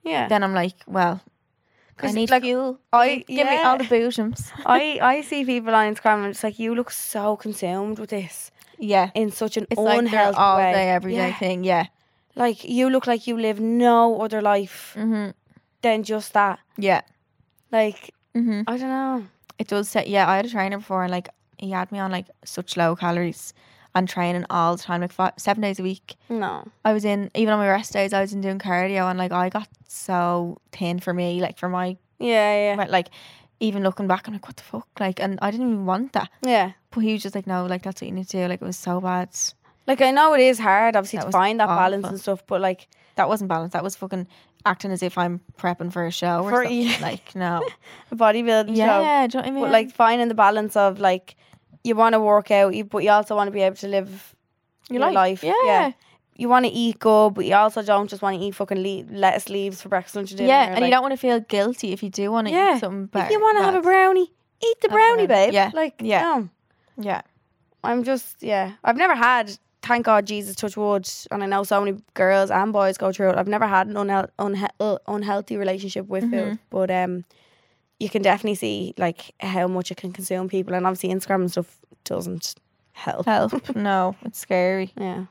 Speaker 2: yeah.
Speaker 3: then I'm like, well, I
Speaker 2: 'Cause,
Speaker 3: need
Speaker 2: like,
Speaker 3: fuel.
Speaker 2: I
Speaker 3: Give me all the
Speaker 2: yeah.
Speaker 3: bootums.
Speaker 2: I, I see people on Instagram and it's like you look so consumed with this
Speaker 3: Yeah,
Speaker 2: in such an
Speaker 3: it's like
Speaker 2: unhealthy
Speaker 3: they're all
Speaker 2: way.
Speaker 3: day, everyday
Speaker 2: Yeah.
Speaker 3: thing. Yeah,
Speaker 2: Like you look like you live no other life
Speaker 3: mm-hmm.
Speaker 2: than just that.
Speaker 3: yeah.
Speaker 2: Like
Speaker 3: Mm-hmm.
Speaker 2: I don't know.
Speaker 3: It does say, yeah. I had a trainer before, and like he had me on like such low calories and training all the time, like five, seven days a week.
Speaker 2: No.
Speaker 3: I was in even on my rest days, I was in doing cardio, and like I got so thin for me, like for my
Speaker 2: Yeah, yeah,
Speaker 3: but like even looking back, I'm like, what the fuck, like, and I didn't even want that.
Speaker 2: yeah.
Speaker 3: But he was just like, no, like that's what you need to do. Like it was so bad.
Speaker 2: Like I know it is hard, obviously,
Speaker 3: That
Speaker 2: to
Speaker 3: was
Speaker 2: find that balance
Speaker 3: awful.
Speaker 2: and stuff. But like,
Speaker 3: That wasn't balanced. That was fucking acting as if I'm prepping for a show or
Speaker 2: For-
Speaker 3: something.
Speaker 2: yeah.
Speaker 3: Like no.
Speaker 2: a bodybuilding show,
Speaker 3: yeah, do you know what I mean?
Speaker 2: but like finding the balance of like, you want to work out, you, but you also want to be able to live your, life.
Speaker 3: Yeah.
Speaker 2: You want to eat good, but you also don't just want to eat fucking le- lettuce leaves for breakfast, lunch, and dinner.
Speaker 3: Yeah, and
Speaker 2: like,
Speaker 3: you don't want to feel guilty if you do want to
Speaker 2: Yeah.
Speaker 3: eat something
Speaker 2: If
Speaker 3: better.
Speaker 2: you want to have a
Speaker 3: that's-
Speaker 2: brownie, eat the
Speaker 3: That's what
Speaker 2: brownie,
Speaker 3: I mean.
Speaker 2: babe.
Speaker 3: Yeah.
Speaker 2: Like,
Speaker 3: Yeah.
Speaker 2: no.
Speaker 3: Yeah.
Speaker 2: I'm just yeah. I've never had. Thank God, Jesus, touch wood, and I know so many girls and boys go through it. I've never had an unhe- unhe- uh, unhealthy relationship with food, but um, you can definitely see like how much it can consume people, and obviously Instagram and stuff doesn't help.
Speaker 3: Help. no, it's scary.
Speaker 2: Yeah,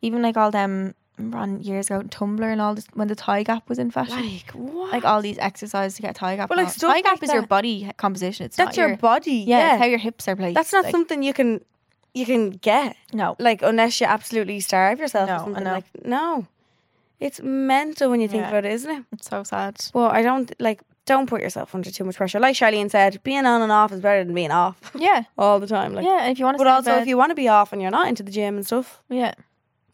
Speaker 3: Even like all them remember on years ago Tumblr and all this when the tie gap was in fashion.
Speaker 2: like what?
Speaker 3: Like all these exercises to get tie gap.
Speaker 2: Well,
Speaker 3: and
Speaker 2: like,
Speaker 3: all-
Speaker 2: stuff
Speaker 3: tie gap
Speaker 2: like
Speaker 3: is your
Speaker 2: that.
Speaker 3: body composition. It's
Speaker 2: that's
Speaker 3: not
Speaker 2: your,
Speaker 3: your
Speaker 2: body.
Speaker 3: Yeah,
Speaker 2: Yeah,
Speaker 3: it's how your hips are placed.
Speaker 2: that's not
Speaker 3: like,
Speaker 2: something you can you can get
Speaker 3: No.
Speaker 2: like unless you absolutely starve yourself.
Speaker 3: No, I
Speaker 2: or something.
Speaker 3: know.
Speaker 2: Like no, it's mental when you think
Speaker 3: Yeah.
Speaker 2: about it, isn't it?
Speaker 3: It's so sad.
Speaker 2: Well, I don't like. Don't put yourself under too much pressure. Like Charlene said, being on and off is better than being off
Speaker 3: Yeah.
Speaker 2: all the time. Like,
Speaker 3: Yeah. And if you want to
Speaker 2: but also if you want to be off and you're not into the gym and stuff,
Speaker 3: Yeah.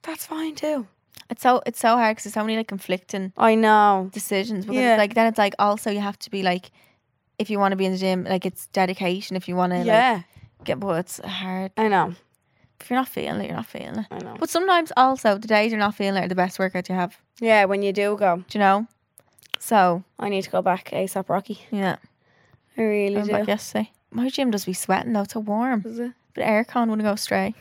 Speaker 2: that's fine too.
Speaker 3: It's so it's so hard because there's so many like conflicting
Speaker 2: I know.
Speaker 3: decisions. Because
Speaker 2: Yeah.
Speaker 3: it's like then it's like also you have to be like if you want to be in the gym, like it's dedication if you want to
Speaker 2: yeah,
Speaker 3: like get but it's hard.
Speaker 2: I know.
Speaker 3: If you're not feeling it, you're not feeling it.
Speaker 2: I know.
Speaker 3: But sometimes also the days you're not feeling it are the best workout you have.
Speaker 2: Yeah, when you do go,
Speaker 3: Do you know? So
Speaker 2: I need to go back ASAP, Rocky.
Speaker 3: yeah.
Speaker 2: I really
Speaker 3: I was
Speaker 2: do.
Speaker 3: back yesterday. My gym does be sweating though, it's so warm.
Speaker 2: Is it?
Speaker 3: But aircon wouldn't go astray.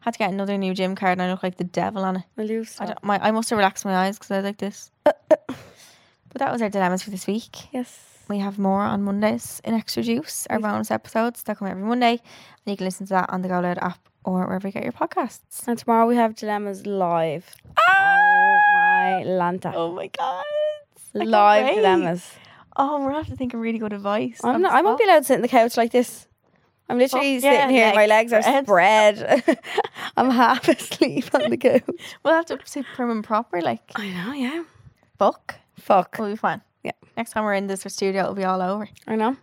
Speaker 3: Had to get another new gym card and I look like the devil on it.
Speaker 2: Will you
Speaker 3: I,
Speaker 2: stop?
Speaker 3: don't, my, I must have relaxed my eyes because I was like this. but that was our dilemmas for this week.
Speaker 2: Yes.
Speaker 3: We have more on Mondays in Extra Juice, our bonus episodes that come every Monday. And you can listen to that on the Go Loud app or wherever you get your podcasts.
Speaker 2: And tomorrow we have dilemmas live. Oh my lanta!
Speaker 3: Ah! Oh my God.
Speaker 2: live dilemmas.
Speaker 3: Oh, we'll have to think of really good advice.
Speaker 2: I'm not, I won't be allowed to sit on the couch like this. I'm literally
Speaker 3: yeah,
Speaker 2: sitting here. my
Speaker 3: legs
Speaker 2: legs are spread. I'm half asleep on the couch.
Speaker 3: We'll have to sit prim and proper, like
Speaker 2: I know. Yeah.
Speaker 3: book.
Speaker 2: Ah. Fuck.
Speaker 3: We'll be fine.
Speaker 2: Yeah.
Speaker 3: Next time we're in this studio, it'll be all over.
Speaker 2: I know.
Speaker 3: Do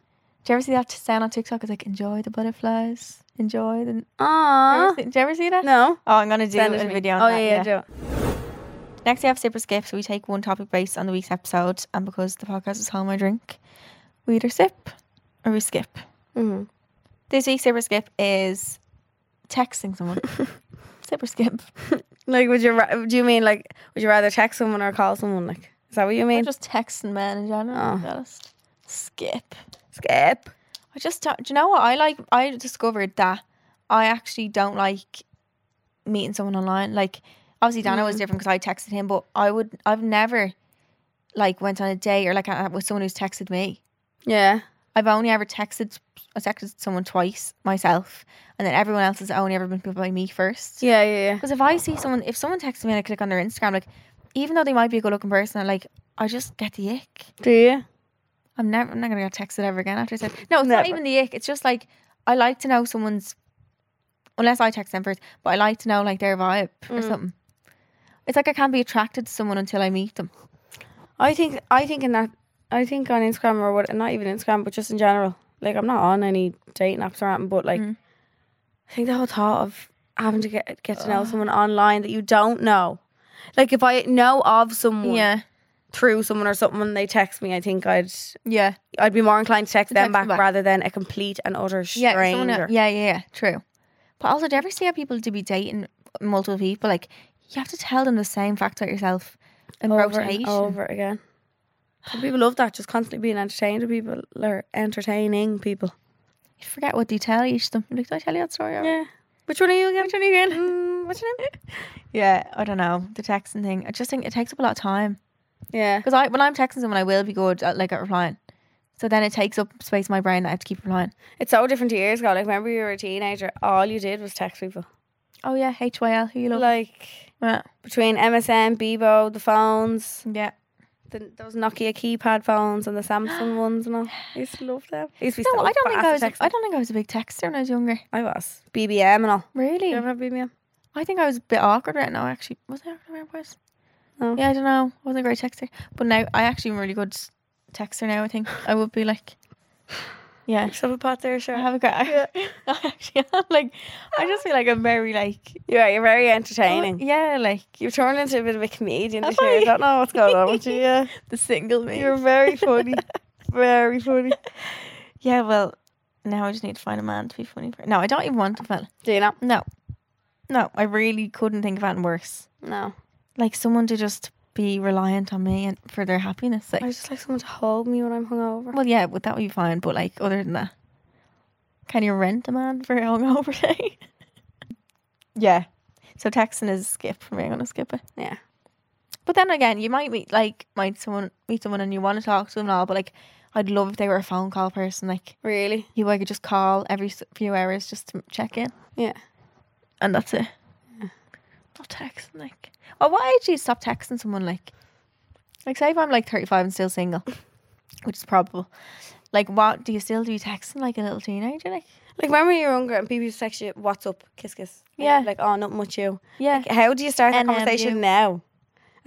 Speaker 3: you ever see that sound on TikTok? It's like enjoy the butterflies, enjoy the.
Speaker 2: Aww.
Speaker 3: Do you ever see that?
Speaker 2: Ah. No.
Speaker 3: Oh, I'm gonna do
Speaker 2: Send it
Speaker 3: a
Speaker 2: to me.
Speaker 3: video. On
Speaker 2: oh
Speaker 3: that,
Speaker 2: yeah, yeah, do it.
Speaker 3: Next, we have Sip or Skip. So we take one topic based on the week's episode, and because the podcast is Home or Drink, we either sip or we skip.
Speaker 2: Mhm.
Speaker 3: This week's Sip or Skip is texting someone. sip or skip.
Speaker 2: Like, would you? Ra- do you mean like? Would you rather text someone or call someone? Like, is that what you
Speaker 3: I'm
Speaker 2: mean?
Speaker 3: just texting men in general.
Speaker 2: Oh.
Speaker 3: to be honest. Skip.
Speaker 2: Skip.
Speaker 3: I just don't. Do you know what I like? I discovered that I actually don't like meeting someone online. Like obviously Dana was different because I texted him, but I would. I've never like went on a date or like out with someone who's texted me.
Speaker 2: Yeah.
Speaker 3: I've only ever texted. I texted someone twice myself, and then everyone else has only ever been picked by me first.
Speaker 2: Yeah, yeah,
Speaker 3: Because if I see someone, if someone texts me and I click on their Instagram, like even though they might be a good looking person, I like I just get the ick.
Speaker 2: Do you?
Speaker 3: I'm never. I'm not gonna get texted ever again after I said. No, it's not
Speaker 2: Never.
Speaker 3: even the ick. It's just like I like to know someone's, unless I text them first. But I like to know like their vibe or
Speaker 2: Mm.
Speaker 3: something. It's like I can't be attracted to someone until I meet them.
Speaker 2: I think I think in that I think on Instagram or what not even Instagram, but just in general. Like I'm not on any dating apps or anything, but like I think the whole thought of having to get get to know someone online that you don't know. Like if I know of someone
Speaker 3: Yeah,
Speaker 2: through someone or something and they text me, I think I'd
Speaker 3: yeah,
Speaker 2: I'd be more inclined to text them
Speaker 3: text
Speaker 2: back,
Speaker 3: them back.
Speaker 2: rather than a complete and utter
Speaker 3: yeah.
Speaker 2: stranger.
Speaker 3: if someone el- yeah, yeah, yeah. True. But also, do you ever see how people do be dating multiple people? Like you have to tell them the same fact about yourself in
Speaker 2: over
Speaker 3: rotation.
Speaker 2: and over again. And people love that, just constantly being entertained to people or entertaining people.
Speaker 3: You forget what they tell each of them. You're Like, did I tell you that story? already?"
Speaker 2: Yeah. Which one are you again? Which one are you again? what's your name?
Speaker 3: yeah. I don't know the texting thing. I just think it takes up a lot of time.
Speaker 2: Yeah.
Speaker 3: Because I when I'm texting someone, I will be good at like at replying. So then it takes up space in my brain that I have to keep replying.
Speaker 2: It's so different to years ago. Like, remember you were a teenager, all you did was text people.
Speaker 3: Oh yeah, HYL, who you love?
Speaker 2: Like,
Speaker 3: yeah.
Speaker 2: between MSN, Bebo, the phones,
Speaker 3: yeah.
Speaker 2: the, those Nokia keypad phones and the Samsung ones and all. I used to love them. I used to be
Speaker 3: No,
Speaker 2: so
Speaker 3: I don't think I was.
Speaker 2: fast at
Speaker 3: I
Speaker 2: texting.
Speaker 3: don't think I was a big texter when I was younger.
Speaker 2: I was. BBM and all.
Speaker 3: Really?
Speaker 2: You ever have BBM?
Speaker 3: I think I was a bit awkward right now. Actually, was I awkward when I was?
Speaker 2: No.
Speaker 3: Yeah, I don't know. I wasn't a great texter, but now I actually am a really good s- texter now. I think I would be like, yeah.
Speaker 2: Just have a pot there, sure.
Speaker 3: I have a great.
Speaker 2: Yeah.
Speaker 3: I actually am like. I just feel like I'm very like.
Speaker 2: Yeah, you're very entertaining.
Speaker 3: Oh, Yeah, like
Speaker 2: You've turned into a bit of a comedian this
Speaker 3: Have
Speaker 2: year. I
Speaker 3: I?
Speaker 2: don't know what's going on with you. Yeah.
Speaker 3: the single me.
Speaker 2: You're very funny. very funny.
Speaker 3: Yeah, well, now I just need to find a man to be funny for. No, I don't even want a fella.
Speaker 2: Do you not?
Speaker 3: No. No, I really couldn't think of anything worse.
Speaker 2: No.
Speaker 3: Like someone to just be reliant on me and for their happiness. Like,
Speaker 2: I just like someone to hold me when I'm hungover.
Speaker 3: well, yeah, but that would be fine. But like, other than that, can you rent a man for a hungover day? yeah. So texting is a skip for me. I'm gonna skip it.
Speaker 2: Yeah.
Speaker 3: But then again, you might meet like might someone meet someone and you want to talk to them and all. But like, I'd love if they were a phone call person. Like,
Speaker 2: Really?
Speaker 3: you I could just call every s- few hours just to check in,
Speaker 2: Yeah.
Speaker 3: and that's it. Not texting like. Well, what age do you stop texting someone like? Like, say if I'm like thirty five and still single, which is probable. Like, what do you still do texting like a little teenager? Like,
Speaker 2: Like remember when you were younger and people used to text you, "What's up? Kiss, kiss." And
Speaker 3: Yeah.
Speaker 2: you'd be Like, oh, not much you.
Speaker 3: yeah,
Speaker 2: How do um, you start that
Speaker 3: NMU.
Speaker 2: conversation now?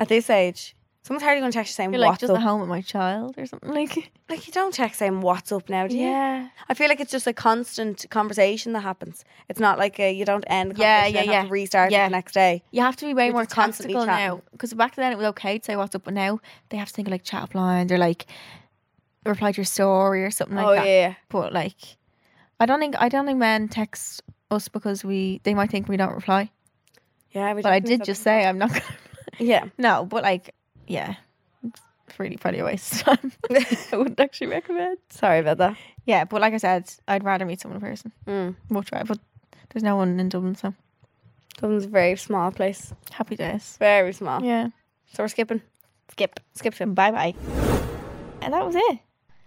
Speaker 2: At this age, someone's hardly going to text you saying
Speaker 3: you're like
Speaker 2: "What's
Speaker 3: just
Speaker 2: up."
Speaker 3: at home with my child or something like.
Speaker 2: like you don't text saying "What's up" now, do you?
Speaker 3: Yeah,
Speaker 2: I feel like it's just a constant conversation that happens. It's not like a, you don't end. The
Speaker 3: Yeah,
Speaker 2: conversation
Speaker 3: yeah,
Speaker 2: and have
Speaker 3: yeah.
Speaker 2: to restart
Speaker 3: Yeah.
Speaker 2: it the next day.
Speaker 3: you have to be way
Speaker 2: You're
Speaker 3: more
Speaker 2: just constantly
Speaker 3: tactical
Speaker 2: chatting.
Speaker 3: now. Because back then it was okay to say what's up, but now they have to think of like chat up lines or like reply to your story or something like
Speaker 2: oh
Speaker 3: that.
Speaker 2: yeah.
Speaker 3: but like I don't think I don't think men text us because we they might think we don't reply.
Speaker 2: Yeah, we
Speaker 3: But I
Speaker 2: don't
Speaker 3: did
Speaker 2: think
Speaker 3: just say I'm not gonna
Speaker 2: so. Yeah,
Speaker 3: No, but like yeah. It's really probably a waste of time. I wouldn't actually recommend.
Speaker 2: sorry about that.
Speaker 3: Yeah, but like I said, I'd rather meet someone in person.
Speaker 2: Mm.
Speaker 3: Much rather but there's no one in Dublin, so
Speaker 2: Dublin's a very small place,
Speaker 3: happy days.
Speaker 2: very small.
Speaker 3: Yeah.
Speaker 2: So we're skipping,
Speaker 3: Skip.
Speaker 2: skip, skip.
Speaker 3: Bye bye. And that was it.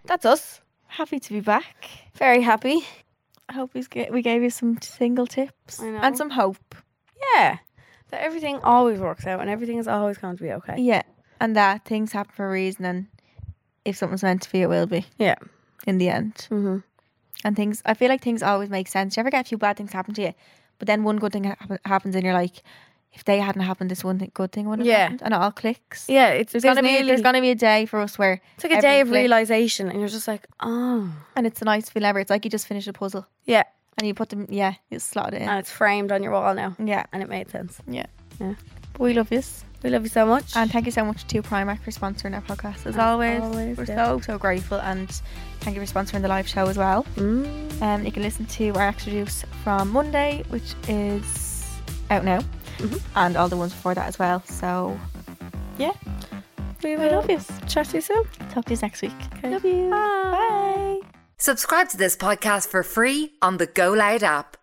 Speaker 2: That's us.
Speaker 3: Happy to be back.
Speaker 2: Very happy.
Speaker 3: I hope we ga- we gave you some single tips
Speaker 2: I know.
Speaker 3: and some hope.
Speaker 2: Yeah. That everything always works out and everything is always going to be okay.
Speaker 3: Yeah, and that things happen for a reason, and if something's meant to be, it will be
Speaker 2: Yeah.
Speaker 3: in the end.
Speaker 2: Mm-hmm.
Speaker 3: And things, I feel like things always make sense. You ever get a few bad things happen to you, but then one good thing happen, happens, and you're like, if they hadn't happened, this one thing, good thing wouldn't have
Speaker 2: Yeah.
Speaker 3: happened, and it all clicks.
Speaker 2: Yeah, it's
Speaker 3: There's gonna be
Speaker 2: nearly-
Speaker 3: there's gonna be a day for us where
Speaker 2: it's like a
Speaker 3: every
Speaker 2: day of
Speaker 3: click-
Speaker 2: realization, and you're just like, oh,
Speaker 3: and it's a nice feel ever. It's like you just finished a puzzle
Speaker 2: yeah,
Speaker 3: and you put them yeah, you slot it in.
Speaker 2: and it's framed on your wall now,
Speaker 3: yeah.
Speaker 2: and it made sense.
Speaker 3: Yeah.
Speaker 2: Yeah.
Speaker 3: But we love this.
Speaker 2: We love you so much.
Speaker 3: And thank you so much to Primark for sponsoring our podcast as always.
Speaker 2: always,
Speaker 3: We're
Speaker 2: yeah.
Speaker 3: so, so grateful and thank you for sponsoring the live show as well.
Speaker 2: Mm.
Speaker 3: Um, you can listen to our extra juice from Monday, which is out now,
Speaker 2: Mhm.
Speaker 3: and all the ones before that as well. So
Speaker 2: we
Speaker 3: we love
Speaker 2: will
Speaker 3: you.
Speaker 2: chat to you soon.
Speaker 3: Talk to you next week.
Speaker 2: Love you. Bye.
Speaker 1: Subscribe to this podcast for free on the Go Loud app.